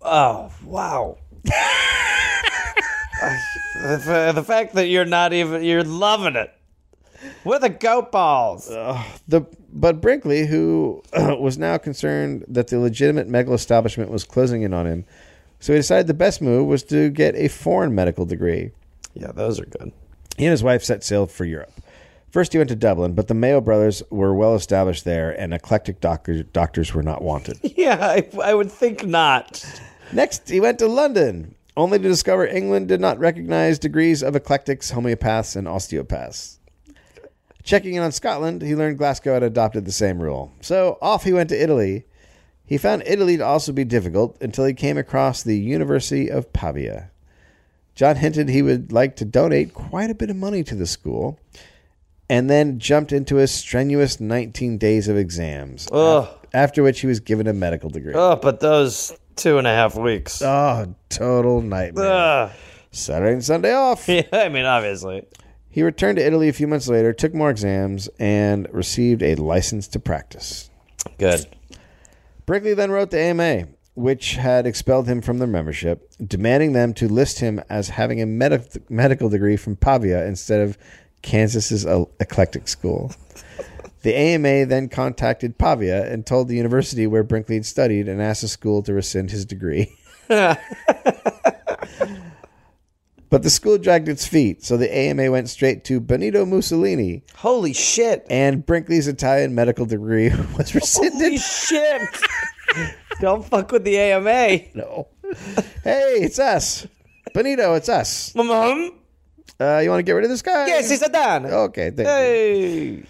S2: Oh, wow. the, fa- the fact that you're not even you're loving it. We're the goat balls.
S1: The but Brinkley, who was now concerned that the legitimate medical establishment was closing in on him, so he decided the best move was to get a foreign medical degree.
S2: yeah, those are good.
S1: He and his wife set sail for Europe. First, he went to Dublin, but the Mayo brothers were well established there, and eclectic doctor, doctors were not wanted.
S2: Yeah, I, I would think not.
S1: Next, he went to London, only to discover England did not recognize degrees of eclectics, homeopaths, and osteopaths. Checking in on Scotland, he learned Glasgow had adopted the same rule. So off he went to Italy. He found Italy to also be difficult until he came across the University of Pavia. John hinted he would like to donate quite a bit of money to the school and then jumped into a strenuous 19 days of exams,
S2: Ugh.
S1: after which he was given a medical degree.
S2: Oh, but those two and a half weeks.
S1: Oh, total nightmare.
S2: Ugh.
S1: Saturday and Sunday off.
S2: yeah, I mean, obviously.
S1: He returned to Italy a few months later, took more exams, and received a license to practice.
S2: Good.
S1: Brinkley then wrote the AMA, which had expelled him from their membership, demanding them to list him as having a medi- medical degree from Pavia instead of Kansas's el- eclectic school. The AMA then contacted Pavia and told the university where Brinkley had studied and asked the school to rescind his degree. but the school dragged its feet, so the AMA went straight to Benito Mussolini,
S2: Holy shit.
S1: and Brinkley's Italian medical degree was rescinded.
S2: Holy shit. Don't fuck with the AMA.
S1: No. hey, it's us. Benito, it's us.
S2: Mom?
S1: Uh, you want to get rid of this guy?
S2: Mm-hmm. Yes, it's a Dan.
S1: Okay, thank you.
S2: Hey.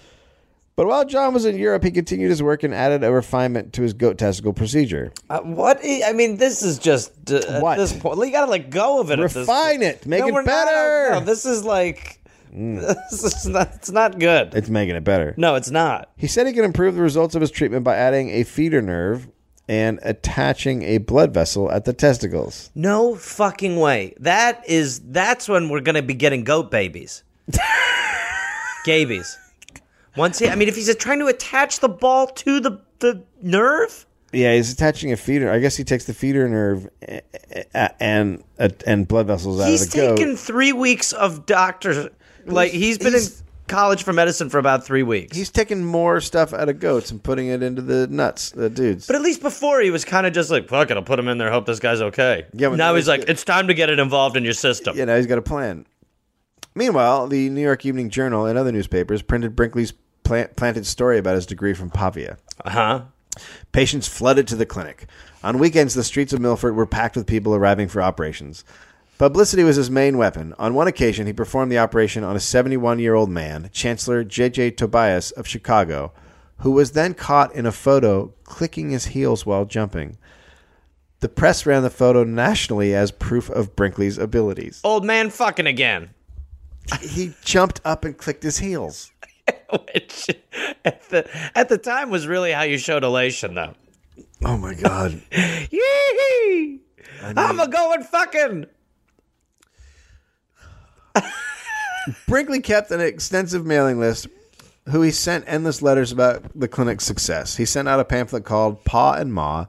S1: But while John was in Europe, he continued his work and added a refinement to his goat testicle procedure.
S2: Uh, what? I I mean, this is just uh,
S1: What?
S2: at this point. You gotta let go of it. at this
S1: Refine
S2: point.
S1: it. Make it
S2: we're not-
S1: better. Mm.
S2: no, this is like this is not. It's not good.
S1: It's making it better.
S2: no, it's not.
S1: He said he could improve the results of his treatment by adding a feeder nerve and attaching a blood vessel at the testicles.
S2: No fucking way. That is. That's when we're gonna be getting goat babies, gabies. Once he, I mean, if he's trying to attach the ball to the the nerve,
S1: Yeah, he's attaching a feeder. I guess he takes the feeder nerve eh, eh, eh, and eh, and blood vessels out
S2: he's
S1: of the goat.
S2: taken three weeks of doctor. Like he's been
S1: he's-
S2: in college for medicine for about three weeks.
S1: he's taking more stuff out of goats and putting it into the nuts, the dudes.
S2: But at least before he was kind of just like, fuck it, I'll put him in there, hope this guy's okay.
S1: Yeah, but
S2: now
S1: that
S2: he's
S1: was
S2: like,
S1: good.
S2: it's time to get it involved in your system.
S1: you know, he's got a plan. Meanwhile, the New York Evening Journal and other newspapers printed Brinkley's plant- planted story about his degree from Pavia.
S2: Huh?
S1: Patients flooded to the clinic. On weekends, the streets of Milford were packed with people arriving for operations. Publicity was his main weapon. On one occasion, he performed the operation on a 71 year old man, Chancellor J.J. Tobias of Chicago, who was then caught in a photo clicking his heels while jumping. The press ran the photo nationally as proof of Brinkley's abilities.
S2: Old man fucking again.
S1: he jumped up and clicked his heels.
S2: Which at the, at the time was really how you showed elation, though.
S1: Oh my god!
S2: Yee! I'm a going fucking.
S1: Brinkley kept an extensive mailing list. Who he sent endless letters about the clinic's success. He sent out a pamphlet called "Pa and Ma,"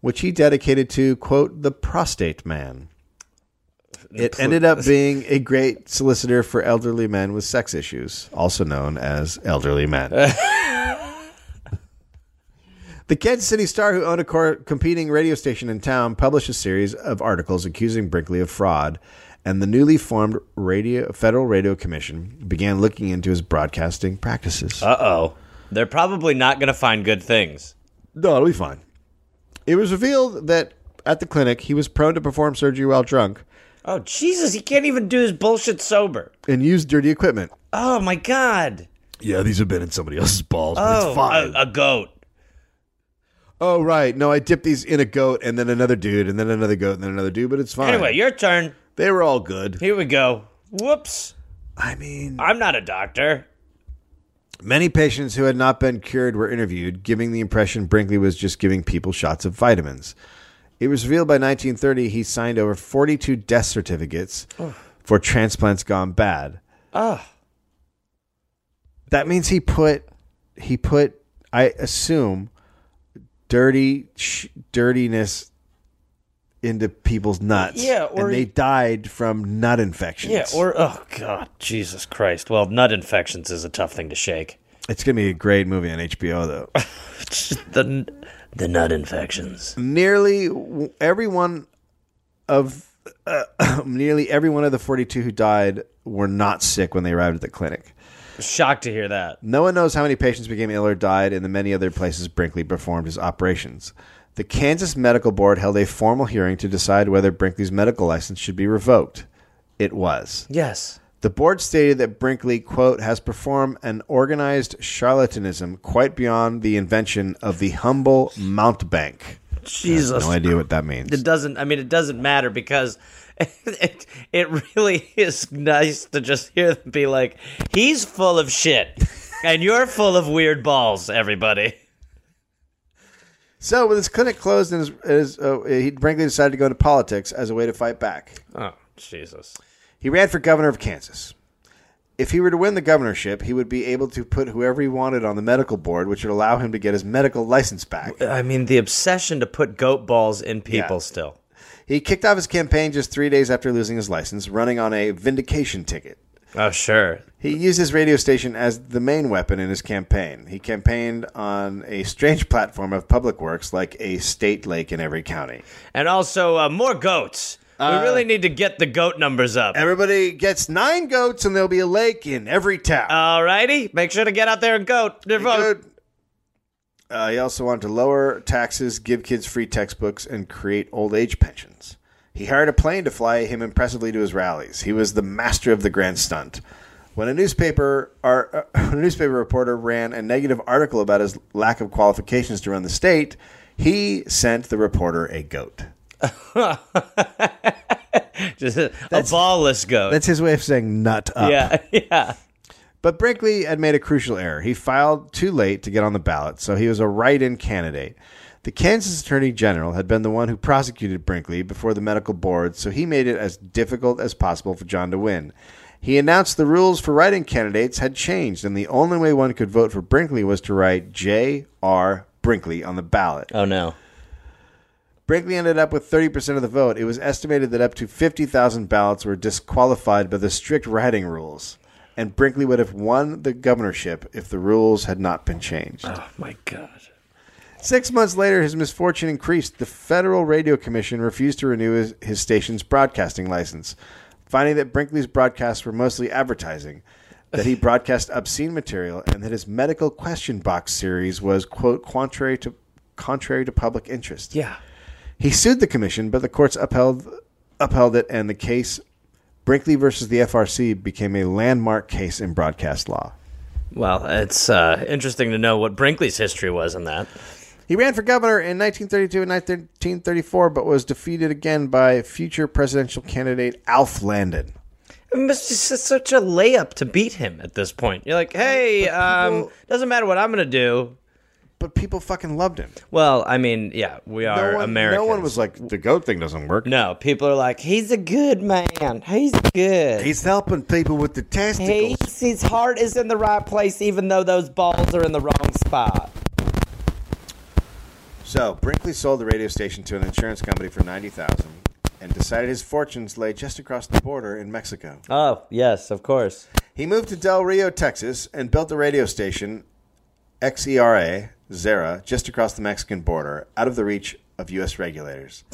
S1: which he dedicated to quote the prostate man. It ended up being a great solicitor for elderly men with sex issues, also known as elderly men. The Kansas City Star, who owned a cor- competing radio station in town, published a series of articles accusing Brinkley of fraud, and the newly formed radio Federal Radio Commission began looking into his broadcasting practices.
S2: Uh oh. They're probably not going to find good things.
S1: no, it'll be fine. It was revealed that at the clinic he was prone to perform surgery while drunk
S2: Oh, Jesus. He can't even do his bullshit sober.
S1: and used dirty equipment.
S2: Oh, my God.
S1: Yeah, these have been in somebody else's balls. but
S2: Oh, A, a goat.
S1: oh, right. No, I dipped these in a goat and then another dude and then another goat and then another dude, but it's fine.
S2: Anyway, your turn.
S1: they were all good.
S2: Here we go. Whoops.
S1: I mean,
S2: I'm not a doctor.
S1: Many patients who had not been cured were interviewed, giving the impression Brinkley was just giving people shots of vitamins. It was revealed by 1930 he signed over 42 death certificates for transplants gone bad.
S2: Ah.
S1: That means he put he put I assume dirty sh- dirtiness into people's nuts.
S2: Yeah, or
S1: and they
S2: he-
S1: died from nut infections.
S2: Yeah, or, oh, God. Jesus Christ. Well, nut infections is a tough thing to shake.
S1: it's gonna be a great movie on HBO though.
S2: the, the nut infections.
S1: nearly w- every one of uh, nearly every one of the 42 who died were not sick when they arrived at the clinic.
S2: Shocked to hear that.
S1: No one knows how many patients became ill or died in the many other places Brinkley performed his operations. The Kansas Medical Board held a formal hearing to decide whether Brinkley's medical license should be revoked. It was.
S2: Yes.
S1: The board stated that Brinkley, quote, has performed an organized charlatanism quite beyond the invention of the humble mountebank.
S2: Jesus.
S1: No idea what that means.
S2: it doesn't i mean it doesn't matter because it, it really is nice to just hear them be like he's full of shit and you're full of weird balls everybody
S1: So, with his clinic closed, and his, his, uh, he Brinkley decided to go into politics as a way to fight back.
S2: oh jesus
S1: He ran for governor of Kansas. If he were to win the governorship, he would be able to put whoever he wanted on the medical board, which would allow him to get his medical license back.
S2: i mean the obsession to put goat balls in people
S1: Yeah.
S2: still
S1: He kicked off his campaign just three days after losing his license, running on a vindication ticket.
S2: oh sure
S1: He used his radio station as the main weapon in his campaign. He campaigned on a strange platform of public works, like a state lake in every county.
S2: and also uh, more goats
S1: Uh,
S2: we really need to get the goat numbers up
S1: Everybody gets nine goats, and there'll be a lake in every town.
S2: Alrighty, make sure to get out there and goat. Their vote.
S1: Good. Uh, he also wanted to lower taxes, give kids free textbooks, and create old age pensions. He hired a plane to fly him impressively to his rallies. He was the master of the grand stunt. When a newspaper, or, uh, a newspaper reporter ran a negative article about his lack of qualifications to run the state, he sent the reporter a goat.
S2: Just a, a ballless goat.
S1: That's his way of saying nut up.
S2: yeah, yeah.
S1: But Brinkley had made a crucial error. He filed too late to get on the ballot, so he was a write in candidate. The Kansas Attorney General had been the one who prosecuted Brinkley before the medical board, so he made it as difficult as possible for John to win. He announced the rules for write in candidates had changed, and the only way one could vote for Brinkley was to write J.R. Brinkley on the ballot.
S2: Oh no.
S1: Brinkley ended up with 30% of the vote. It was estimated that up to 50,000 ballots were disqualified by the strict writing rules, and Brinkley would have won the governorship if the rules had not been changed.
S2: Oh my god.
S1: Six months later, his misfortune increased. The Federal Radio Commission refused to renew his, his station's broadcasting license, finding that Brinkley's broadcasts were mostly advertising, that he broadcast obscene material, and that his medical question box series was, quote, contrary to, contrary to public interest.
S2: Yeah.
S1: He sued the commission, but the courts upheld upheld it, and the case Brinkley versus the FRC became a landmark case in broadcast law.
S2: Well, it's uh, interesting to know what Brinkley's history was in that.
S1: He ran for governor in 1932 and 1934, but was defeated again by future presidential candidate Alf Landon.
S2: It must be su- such a layup to beat him at this point. You're like, hey, um, doesn't matter what I'm gonna do.
S1: But people fucking loved him.
S2: Well, I mean, yeah, we are
S1: no one,
S2: Americans.
S1: No one was like, the goat thing doesn't work.
S2: No, people are like, he's a good man. He's good.
S1: He's helping people with the testicles.
S2: He's, his heart is in the right place, even though those balls are in the wrong spot.
S1: So Brinkley sold the radio station to an insurance company for ninety thousand, and decided his fortunes lay just across the border in Mexico.
S2: Oh, yes, of course.
S1: He moved to Del Rio, Texas, and built the radio station E XERA Zera just across the Mexican border, out of the reach of U.S. regulators.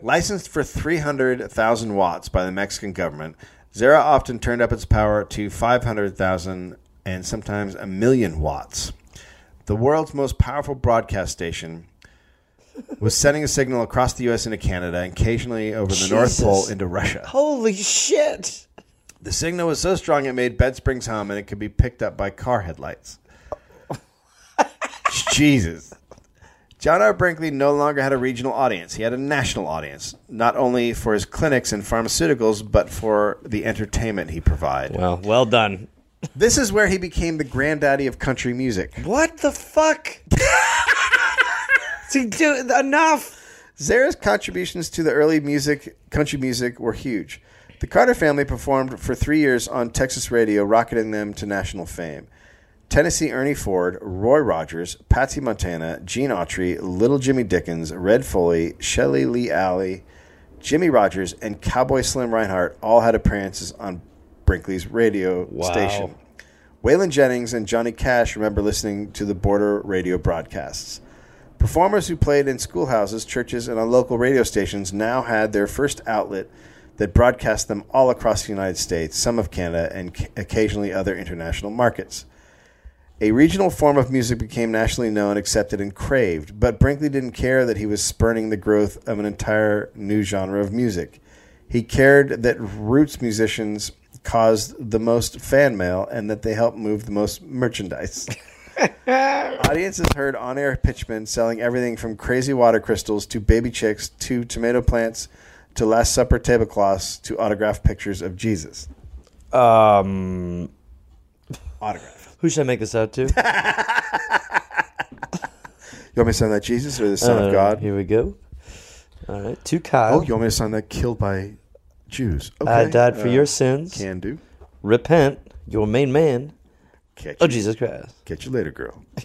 S1: Licensed for three hundred thousand watts by the Mexican government, Zera often turned up its power to five hundred thousand and sometimes a million watts. The world's most powerful broadcast station was sending a signal across the U.S. into Canada, and occasionally over the North
S2: Jesus.
S1: Pole into Russia.
S2: Holy shit.
S1: The signal was so strong it made bed springs hum and it could be picked up by car headlights. Jesus. John R. Brinkley no longer had a regional audience. He had a national audience, not only for his clinics and pharmaceuticals, but for the entertainment he provided.
S2: Well, well done.
S1: This is where he became the granddaddy of country music.
S2: What the fuck? See, dude, enough.
S1: Zara's contributions to the early music, country music, were huge. The Carter family performed for three years on Texas radio, rocketing them to national fame. Tennessee Ernie Ford, Roy Rogers, Patsy Montana, Gene Autry, Little Jimmy Dickens, Red Foley, Shelley Lee Alley, Jimmy Rogers, and Cowboy Slim Reinhart all had appearances on Brinkley's radio station. Waylon Jennings and Johnny Cash remember listening to the border radio broadcasts. Performers who played in schoolhouses, churches, and on local radio stations now had their first outlet that broadcast them all across the United States, some of Canada, and c- occasionally other international markets. A regional form of music became nationally known, accepted, and craved, but Brinkley didn't care that he was spurning the growth of an entire new genre of music. He cared that roots musicians caused the most fan mail and that they helped move the most merchandise. Audiences heard on air pitchmen selling everything from crazy water crystals to baby chicks to tomato plants to Last Supper tablecloths to autographed pictures of Jesus.
S2: Um,
S1: Autograph.
S2: who should I make this out to? Son
S1: You want me to sign that Jesus or the Son
S2: Uh,
S1: of God?
S2: Here we go. All right, to Kyle.
S1: Oh, you want me to sign that killed by Jews? Okay.
S2: I died for
S1: Uh,
S2: your sins.
S1: Can do.
S2: Repent, your main man.
S1: Catch
S2: Oh,
S1: you.
S2: Jesus Christ.
S1: Catch you later, girl.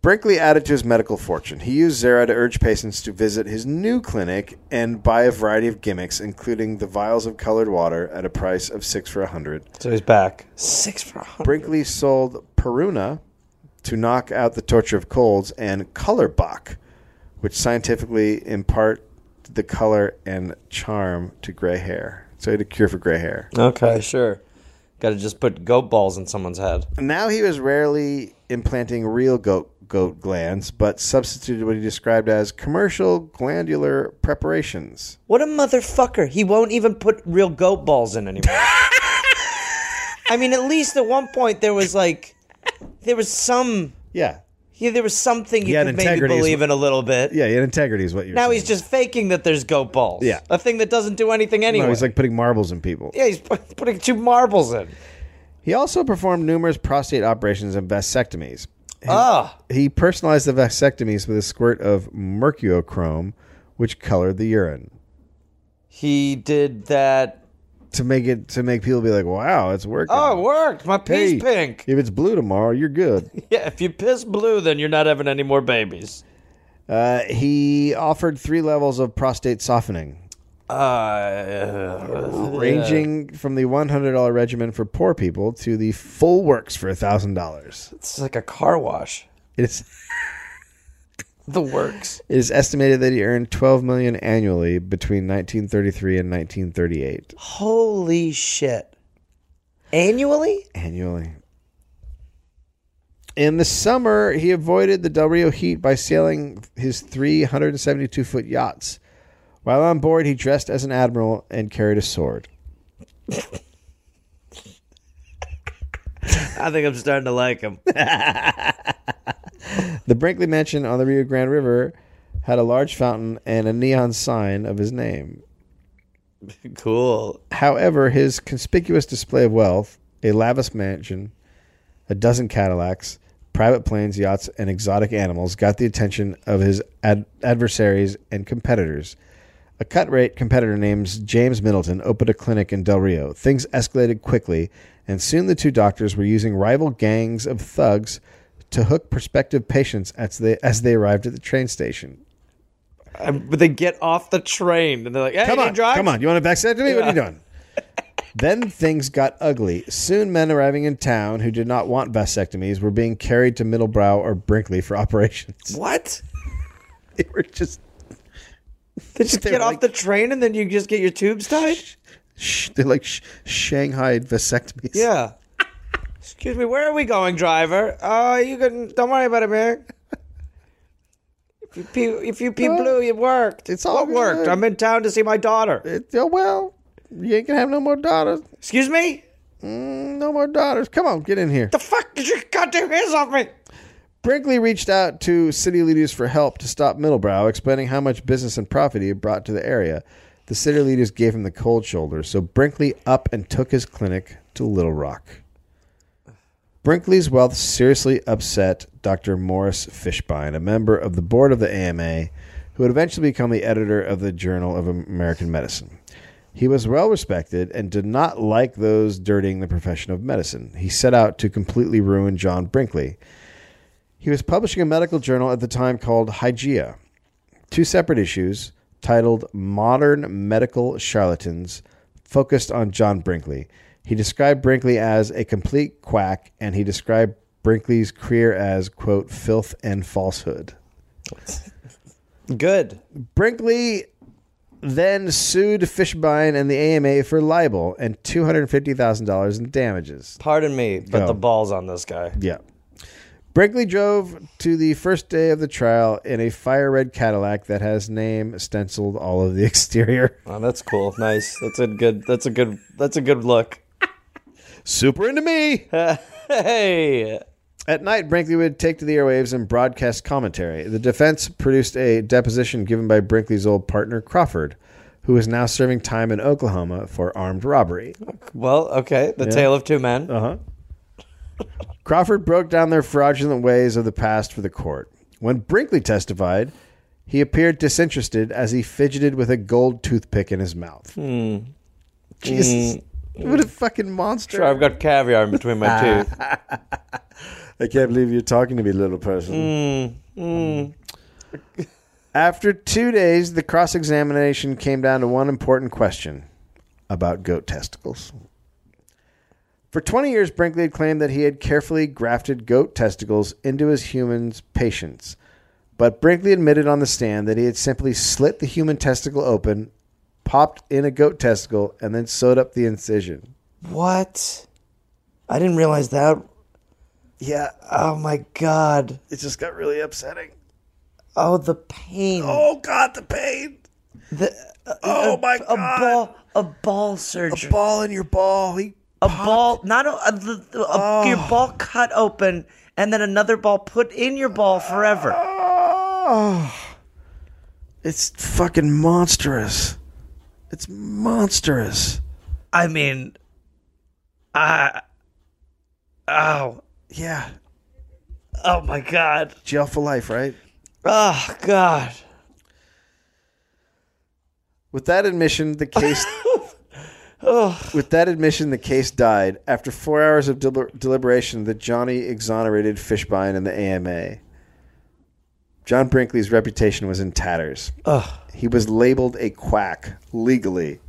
S1: Brinkley added to his medical fortune. He used Zara to urge patients to visit his new clinic and buy a variety of gimmicks, including the vials of colored water at a price of six for a hundred,
S2: So he's back. Six for a hundred.
S1: Brinkley sold Peruna to knock out the torture of colds and Colorbach, which scientifically impart the color and charm to gray hair. So he had a cure for gray hair.
S2: Okay, sure. Got to just put goat balls in someone's head.
S1: Now he was rarely implanting real goat goat glands, but substituted what he described as commercial glandular preparations.
S2: What a motherfucker. He won't even put real goat balls in anymore. I mean, at least at one point there was like, there was some,
S1: Yeah,
S2: yeah, there was something you
S1: had
S2: could maybe
S1: integrity is
S2: believe in a little bit.
S1: yeah, and integrity is what you're.
S2: Now
S1: saying.
S2: he's just faking that there's goat balls.
S1: Yeah.
S2: A thing that doesn't do anything anyway.
S1: No, he's like putting marbles in people.
S2: yeah, he's pu- putting two marbles in.
S1: He also performed numerous prostate operations and vasectomies.
S2: Ah,
S1: He personalized the vasectomies with a squirt of mercurochrome, which colored the urine
S2: he did that.
S1: to make it to make people be like, "Wow, it's working."
S2: Oh, it worked. My
S1: Hey,
S2: pee's pink.
S1: If it's blue tomorrow, you're good.
S2: Yeah, if you piss blue, then you're not having any more babies.
S1: uh, he offered three levels of prostate softening.
S2: Uh,
S1: ranging from the $100 regimen for poor people to the full works for $1,000.
S2: it's like a car wash.
S1: It is,
S2: The works.
S1: it is estimated that he earned $12 million annually between 1933 and 1938
S2: Holy shit. Annually?
S1: annually. In the summer, he avoided the Del Rio heat by sailing his 372 foot yachts. While on board, he dressed as an admiral and carried a sword.
S2: I think I'm starting to like him.
S1: The Brinkley Mansion on the Rio Grande River had a large fountain and a neon sign of his name.
S2: cool.
S1: However, his conspicuous display of wealth, a lavish mansion, a dozen Cadillacs, private planes, yachts, and exotic animals got the attention of his ad- adversaries and competitors. A cut rate competitor named James Middleton opened a clinic in Del Rio. Things escalated quickly, and soon the two doctors were using rival gangs of thugs to hook prospective patients as they, as they arrived at the train station.
S2: Um, but they get off the train and they're like, hey,
S1: Come
S2: you
S1: on,
S2: drugs?
S1: come on. You want to vasectomy? What are you doing? then things got ugly. Soon, men arriving in town who did not want vasectomies were being carried to Middlebrow or Brinkley for operations.
S2: What?
S1: They were just
S2: They just
S1: They
S2: get
S1: were
S2: off
S1: like-
S2: the train and then you just get your tubes tied?
S1: sh- they're like sh- Shanghai vasectomies.
S2: Yeah. Excuse me, where are we going, driver? Uh, you can. Don't worry about it, man. If you pee, if you pee blue, it worked.
S1: it's all
S2: what worked.
S1: good.
S2: I'm in town to see my daughter.
S1: It- oh well, you ain't gonna have no more daughters.
S2: Excuse me.
S1: Mm, no more daughters. Come on, get in here.
S2: The fuck did you cut your hands off me?
S1: Brinkley reached out to city leaders for help to stop Middlebrow, explaining how much business and profit he had brought to the area. The city leaders gave him the cold shoulder, so Brinkley up and took his clinic to Little Rock. Brinkley's wealth seriously upset Dr. Morris Fishbein, a member of the board of the AMA, who would eventually become the editor of the Journal of American Medicine. He was well respected and did not like those dirtying the profession of medicine. He set out to completely ruin John Brinkley. He was publishing a medical journal at the time called Hygeia. Two separate issues titled Modern Medical Charlatans focused on John Brinkley. He described Brinkley as a complete quack and he described Brinkley's career as, quote, filth and falsehood.
S2: Good.
S1: Brinkley then sued Fishbein and the AMA for libel and $250,000 in damages.
S2: Pardon me, but
S1: Go.
S2: the ball's on this guy.
S1: Yeah. Brinkley drove to the first day of the trial in a fire red Cadillac that has name stenciled all over the exterior.
S2: Oh, that's cool. Nice. That's a good. That's a good. That's a good look.
S1: Super into me.
S2: Hey.
S1: At night, Brinkley would take to the airwaves and broadcast commentary. The defense produced a deposition given by Brinkley's old partner Crawford, who is now serving time in Oklahoma for armed robbery.
S2: Well, okay. The tale of two men.
S1: Oh. Crawford broke down their fraudulent ways of the past for the court. When Brinkley testified, he appeared disinterested as he fidgeted with a gold toothpick in his mouth.
S2: Hmm.
S1: Jesus. What a fucking monster.
S2: Sure, I've got caviar in between my
S1: Ah.
S2: teeth.
S1: I can't believe you're talking to me, little person. After two days, the cross examination came down to one important question about goat testicles. For 20 years, Brinkley had claimed that he had carefully grafted goat testicles into his human's patients. But Brinkley admitted on the stand that he had simply slit the human testicle open, popped in a goat testicle, and then sewed up the incision.
S2: What? I didn't realize that.
S1: Yeah,
S2: Oh my god.
S1: it just got really upsetting.
S2: Oh, the pain.
S1: Oh, God, the pain.
S2: The- a-
S1: Oh,
S2: a-
S1: my
S2: A
S1: God.
S2: ball, a ball surgery. A,
S1: ball in your ball. He
S2: ball, not a, a, the- the- a-
S5: Oh.
S2: your ball cut open and then another ball put in your ball forever.
S1: Oh, it's fucking monstrous. It's monstrous.
S2: I mean, I. Oh,
S1: Yeah,
S2: oh my god.
S1: jail for life, right?
S2: Oh god.
S1: With that admission, the case. With that admission, the case died after four hours of del- deliberation. The Johnny exonerated Fishbein and the AMA. John Brinkley's reputation was in tatters. He was labeled a quack legally.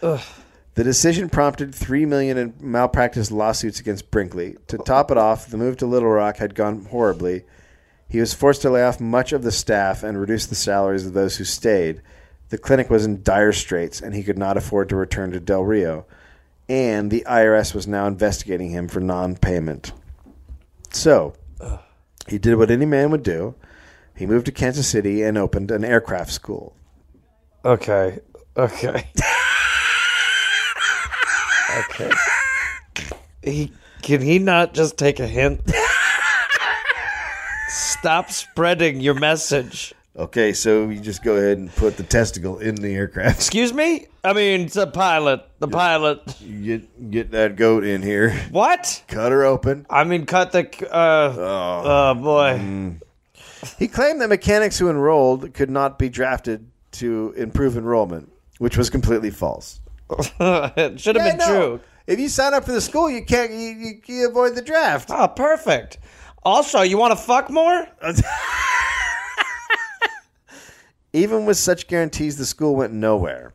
S1: The decision prompted three million in malpractice lawsuits against Brinkley. To top it off, the move to Little Rock had gone horribly. He was forced to lay off much of the staff and reduce the salaries of those who stayed. The clinic was in dire straits, and he could not afford to return to Del Rio. And the IRS was now investigating him for non payment. So, he did what any man would do. He moved to Kansas City and opened an aircraft school.
S2: Okay. Okay. okay. He can he not just take a hint? Stop spreading your message.
S1: Okay, so you just go ahead and put the testicle in the aircraft.
S5: Excuse me? I mean, it's a pilot. The pilot.
S1: You get get that goat in here.
S5: What?
S1: Cut her open.
S5: I mean, cut the. Uh, oh, boy.
S1: He claimed that mechanics who enrolled could not be drafted to improve enrollment, which was completely false.
S5: it should have been
S1: Yeah, no.
S5: true.
S1: If you sign up for the school, you can't you, you, you avoid the draft.
S5: Oh, perfect. Also, you want to fuck more?
S1: Even with such guarantees, the school went nowhere.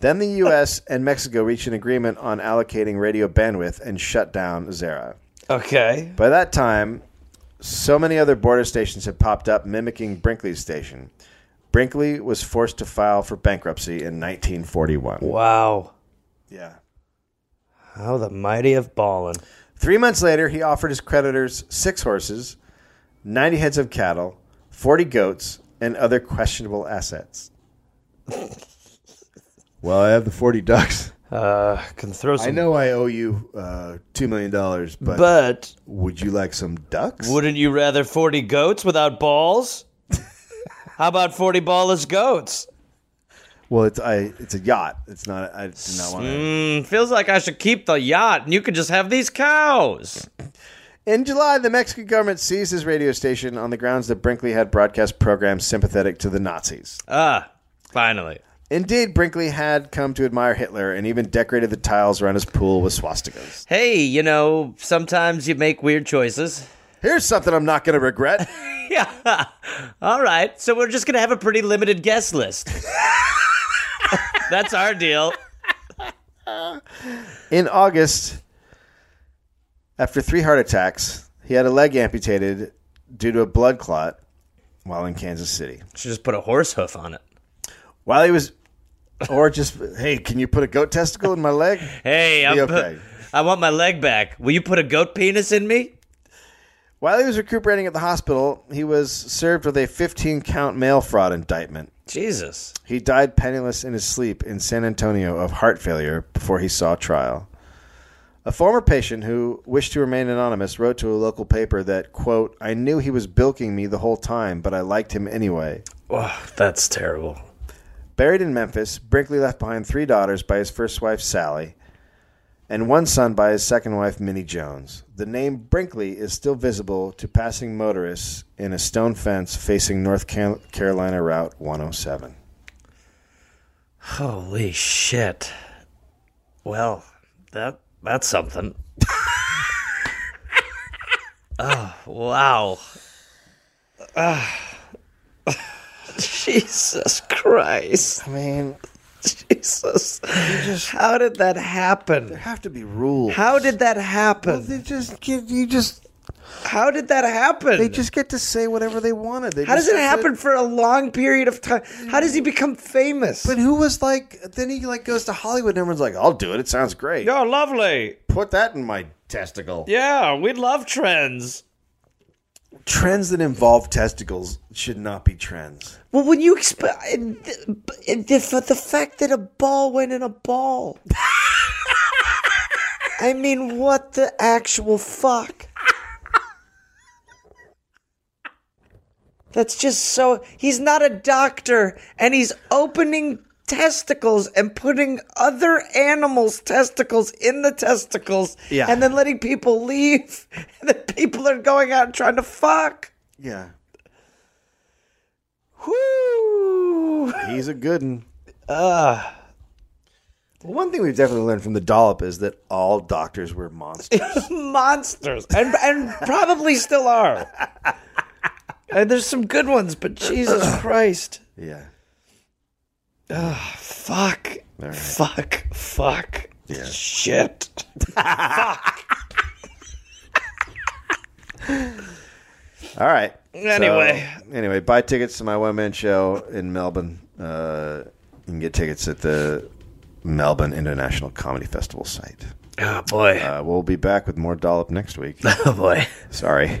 S1: Then the U.S. and Mexico reached an agreement on allocating radio bandwidth and shut down Zara.
S5: Okay.
S1: By that time, so many other border stations had popped up mimicking Brinkley's station. Brinkley was forced to file for bankruptcy in 1941.
S5: Wow.
S1: Yeah.
S5: How the mighty have fallen.
S1: Three months later, he offered his creditors six horses, 90 heads of cattle, 40 goats, and other questionable assets. well, I have the 40 ducks.
S5: Uh, can throw some.
S1: I know I owe you uh, $2 million, but,
S5: But
S1: would you like some ducks?
S5: wouldn't you rather 40 goats without balls? How about 40 ballless goats?
S1: well, it's, I, it's a yacht. It's not, I do not want to.
S5: Mm, feels like I should keep the yacht and you could just have these cows.
S1: In July, the Mexican government seized his radio station on the grounds that Brinkley had broadcast programs sympathetic to the Nazis.
S5: Ah, finally.
S1: Indeed, Brinkley had come to admire Hitler and even decorated the tiles around his pool with swastikas.
S5: Hey, you know, sometimes you make weird choices.
S1: Here's something I'm not going to regret.
S5: Yeah. All right. So we're just going to have a pretty limited guest list. That's our deal.
S1: In August, after three heart attacks, he had a leg amputated due to a blood clot while in Kansas City.
S5: Should just put a horse hoof on it.
S1: While he was, or just, hey, can you put a goat testicle in my leg?
S5: Hey, I'm
S1: Be
S5: pu-
S1: okay.
S5: I want my leg back. Will you put a goat penis in me?
S1: While he was recuperating at the hospital, he was served with a 15 count mail fraud indictment.
S5: Jesus.
S1: He died penniless in his sleep in San Antonio of heart failure before he saw trial. A former patient who wished to remain anonymous wrote to a local paper that, quote, I knew he was bilking me the whole time, but I liked him anyway.
S5: Oh, that's terrible.
S1: Buried in Memphis, Brinkley left behind three daughters by his first wife, Sally, and one son by his second wife, Minnie Jones. The name Brinkley is still visible to passing motorists in a stone fence facing North Car- Carolina Route 107.
S5: Holy shit. Well, that that's something. oh, wow. Ah. Jesus Christ.
S1: I mean,
S5: Jesus. How did that happen?
S1: have to be rules.
S5: How did that happen?
S1: They just get you just
S5: How did that happen?
S1: they just get to say whatever they wanted. They
S5: How does
S1: just-
S5: it happen for a long period of time? How does he become famous?
S1: But who was like? Then he like goes to Hollywood and everyone's like, "I'll do it. It sounds great.
S5: You're lovely.
S1: Put that in my testicle."
S5: Yeah, we love trends.
S1: Trends that involve testicles should not be trends.
S5: Well, when you expect the, the fact that a ball went in a ball. I mean, what the actual fuck? That's just so. He's not a doctor, and he's opening testicles and putting other animals' testicles in the testicles,
S1: Yeah.
S5: and then letting people leave. And then people are going out and trying to fuck.
S1: Yeah,
S5: Whoo!
S1: he's a good one. Well, one thing we've definitely learned from the dollop is that all doctors were monsters.
S5: monsters and and probably still are. And Uh, there's some good ones, but Jesus Christ.
S1: yeah,
S5: Fuck. Fuck. Fuck.
S1: Yeah.
S5: Shit.
S1: All right.
S5: Anyway.
S1: So, anyway, buy tickets to my one man show in Melbourne. Uh, you can get tickets at the Melbourne International Comedy Festival site.
S5: Oh boy.
S1: Uh, we'll be back with more dollop next week.
S5: oh boy.
S1: Sorry.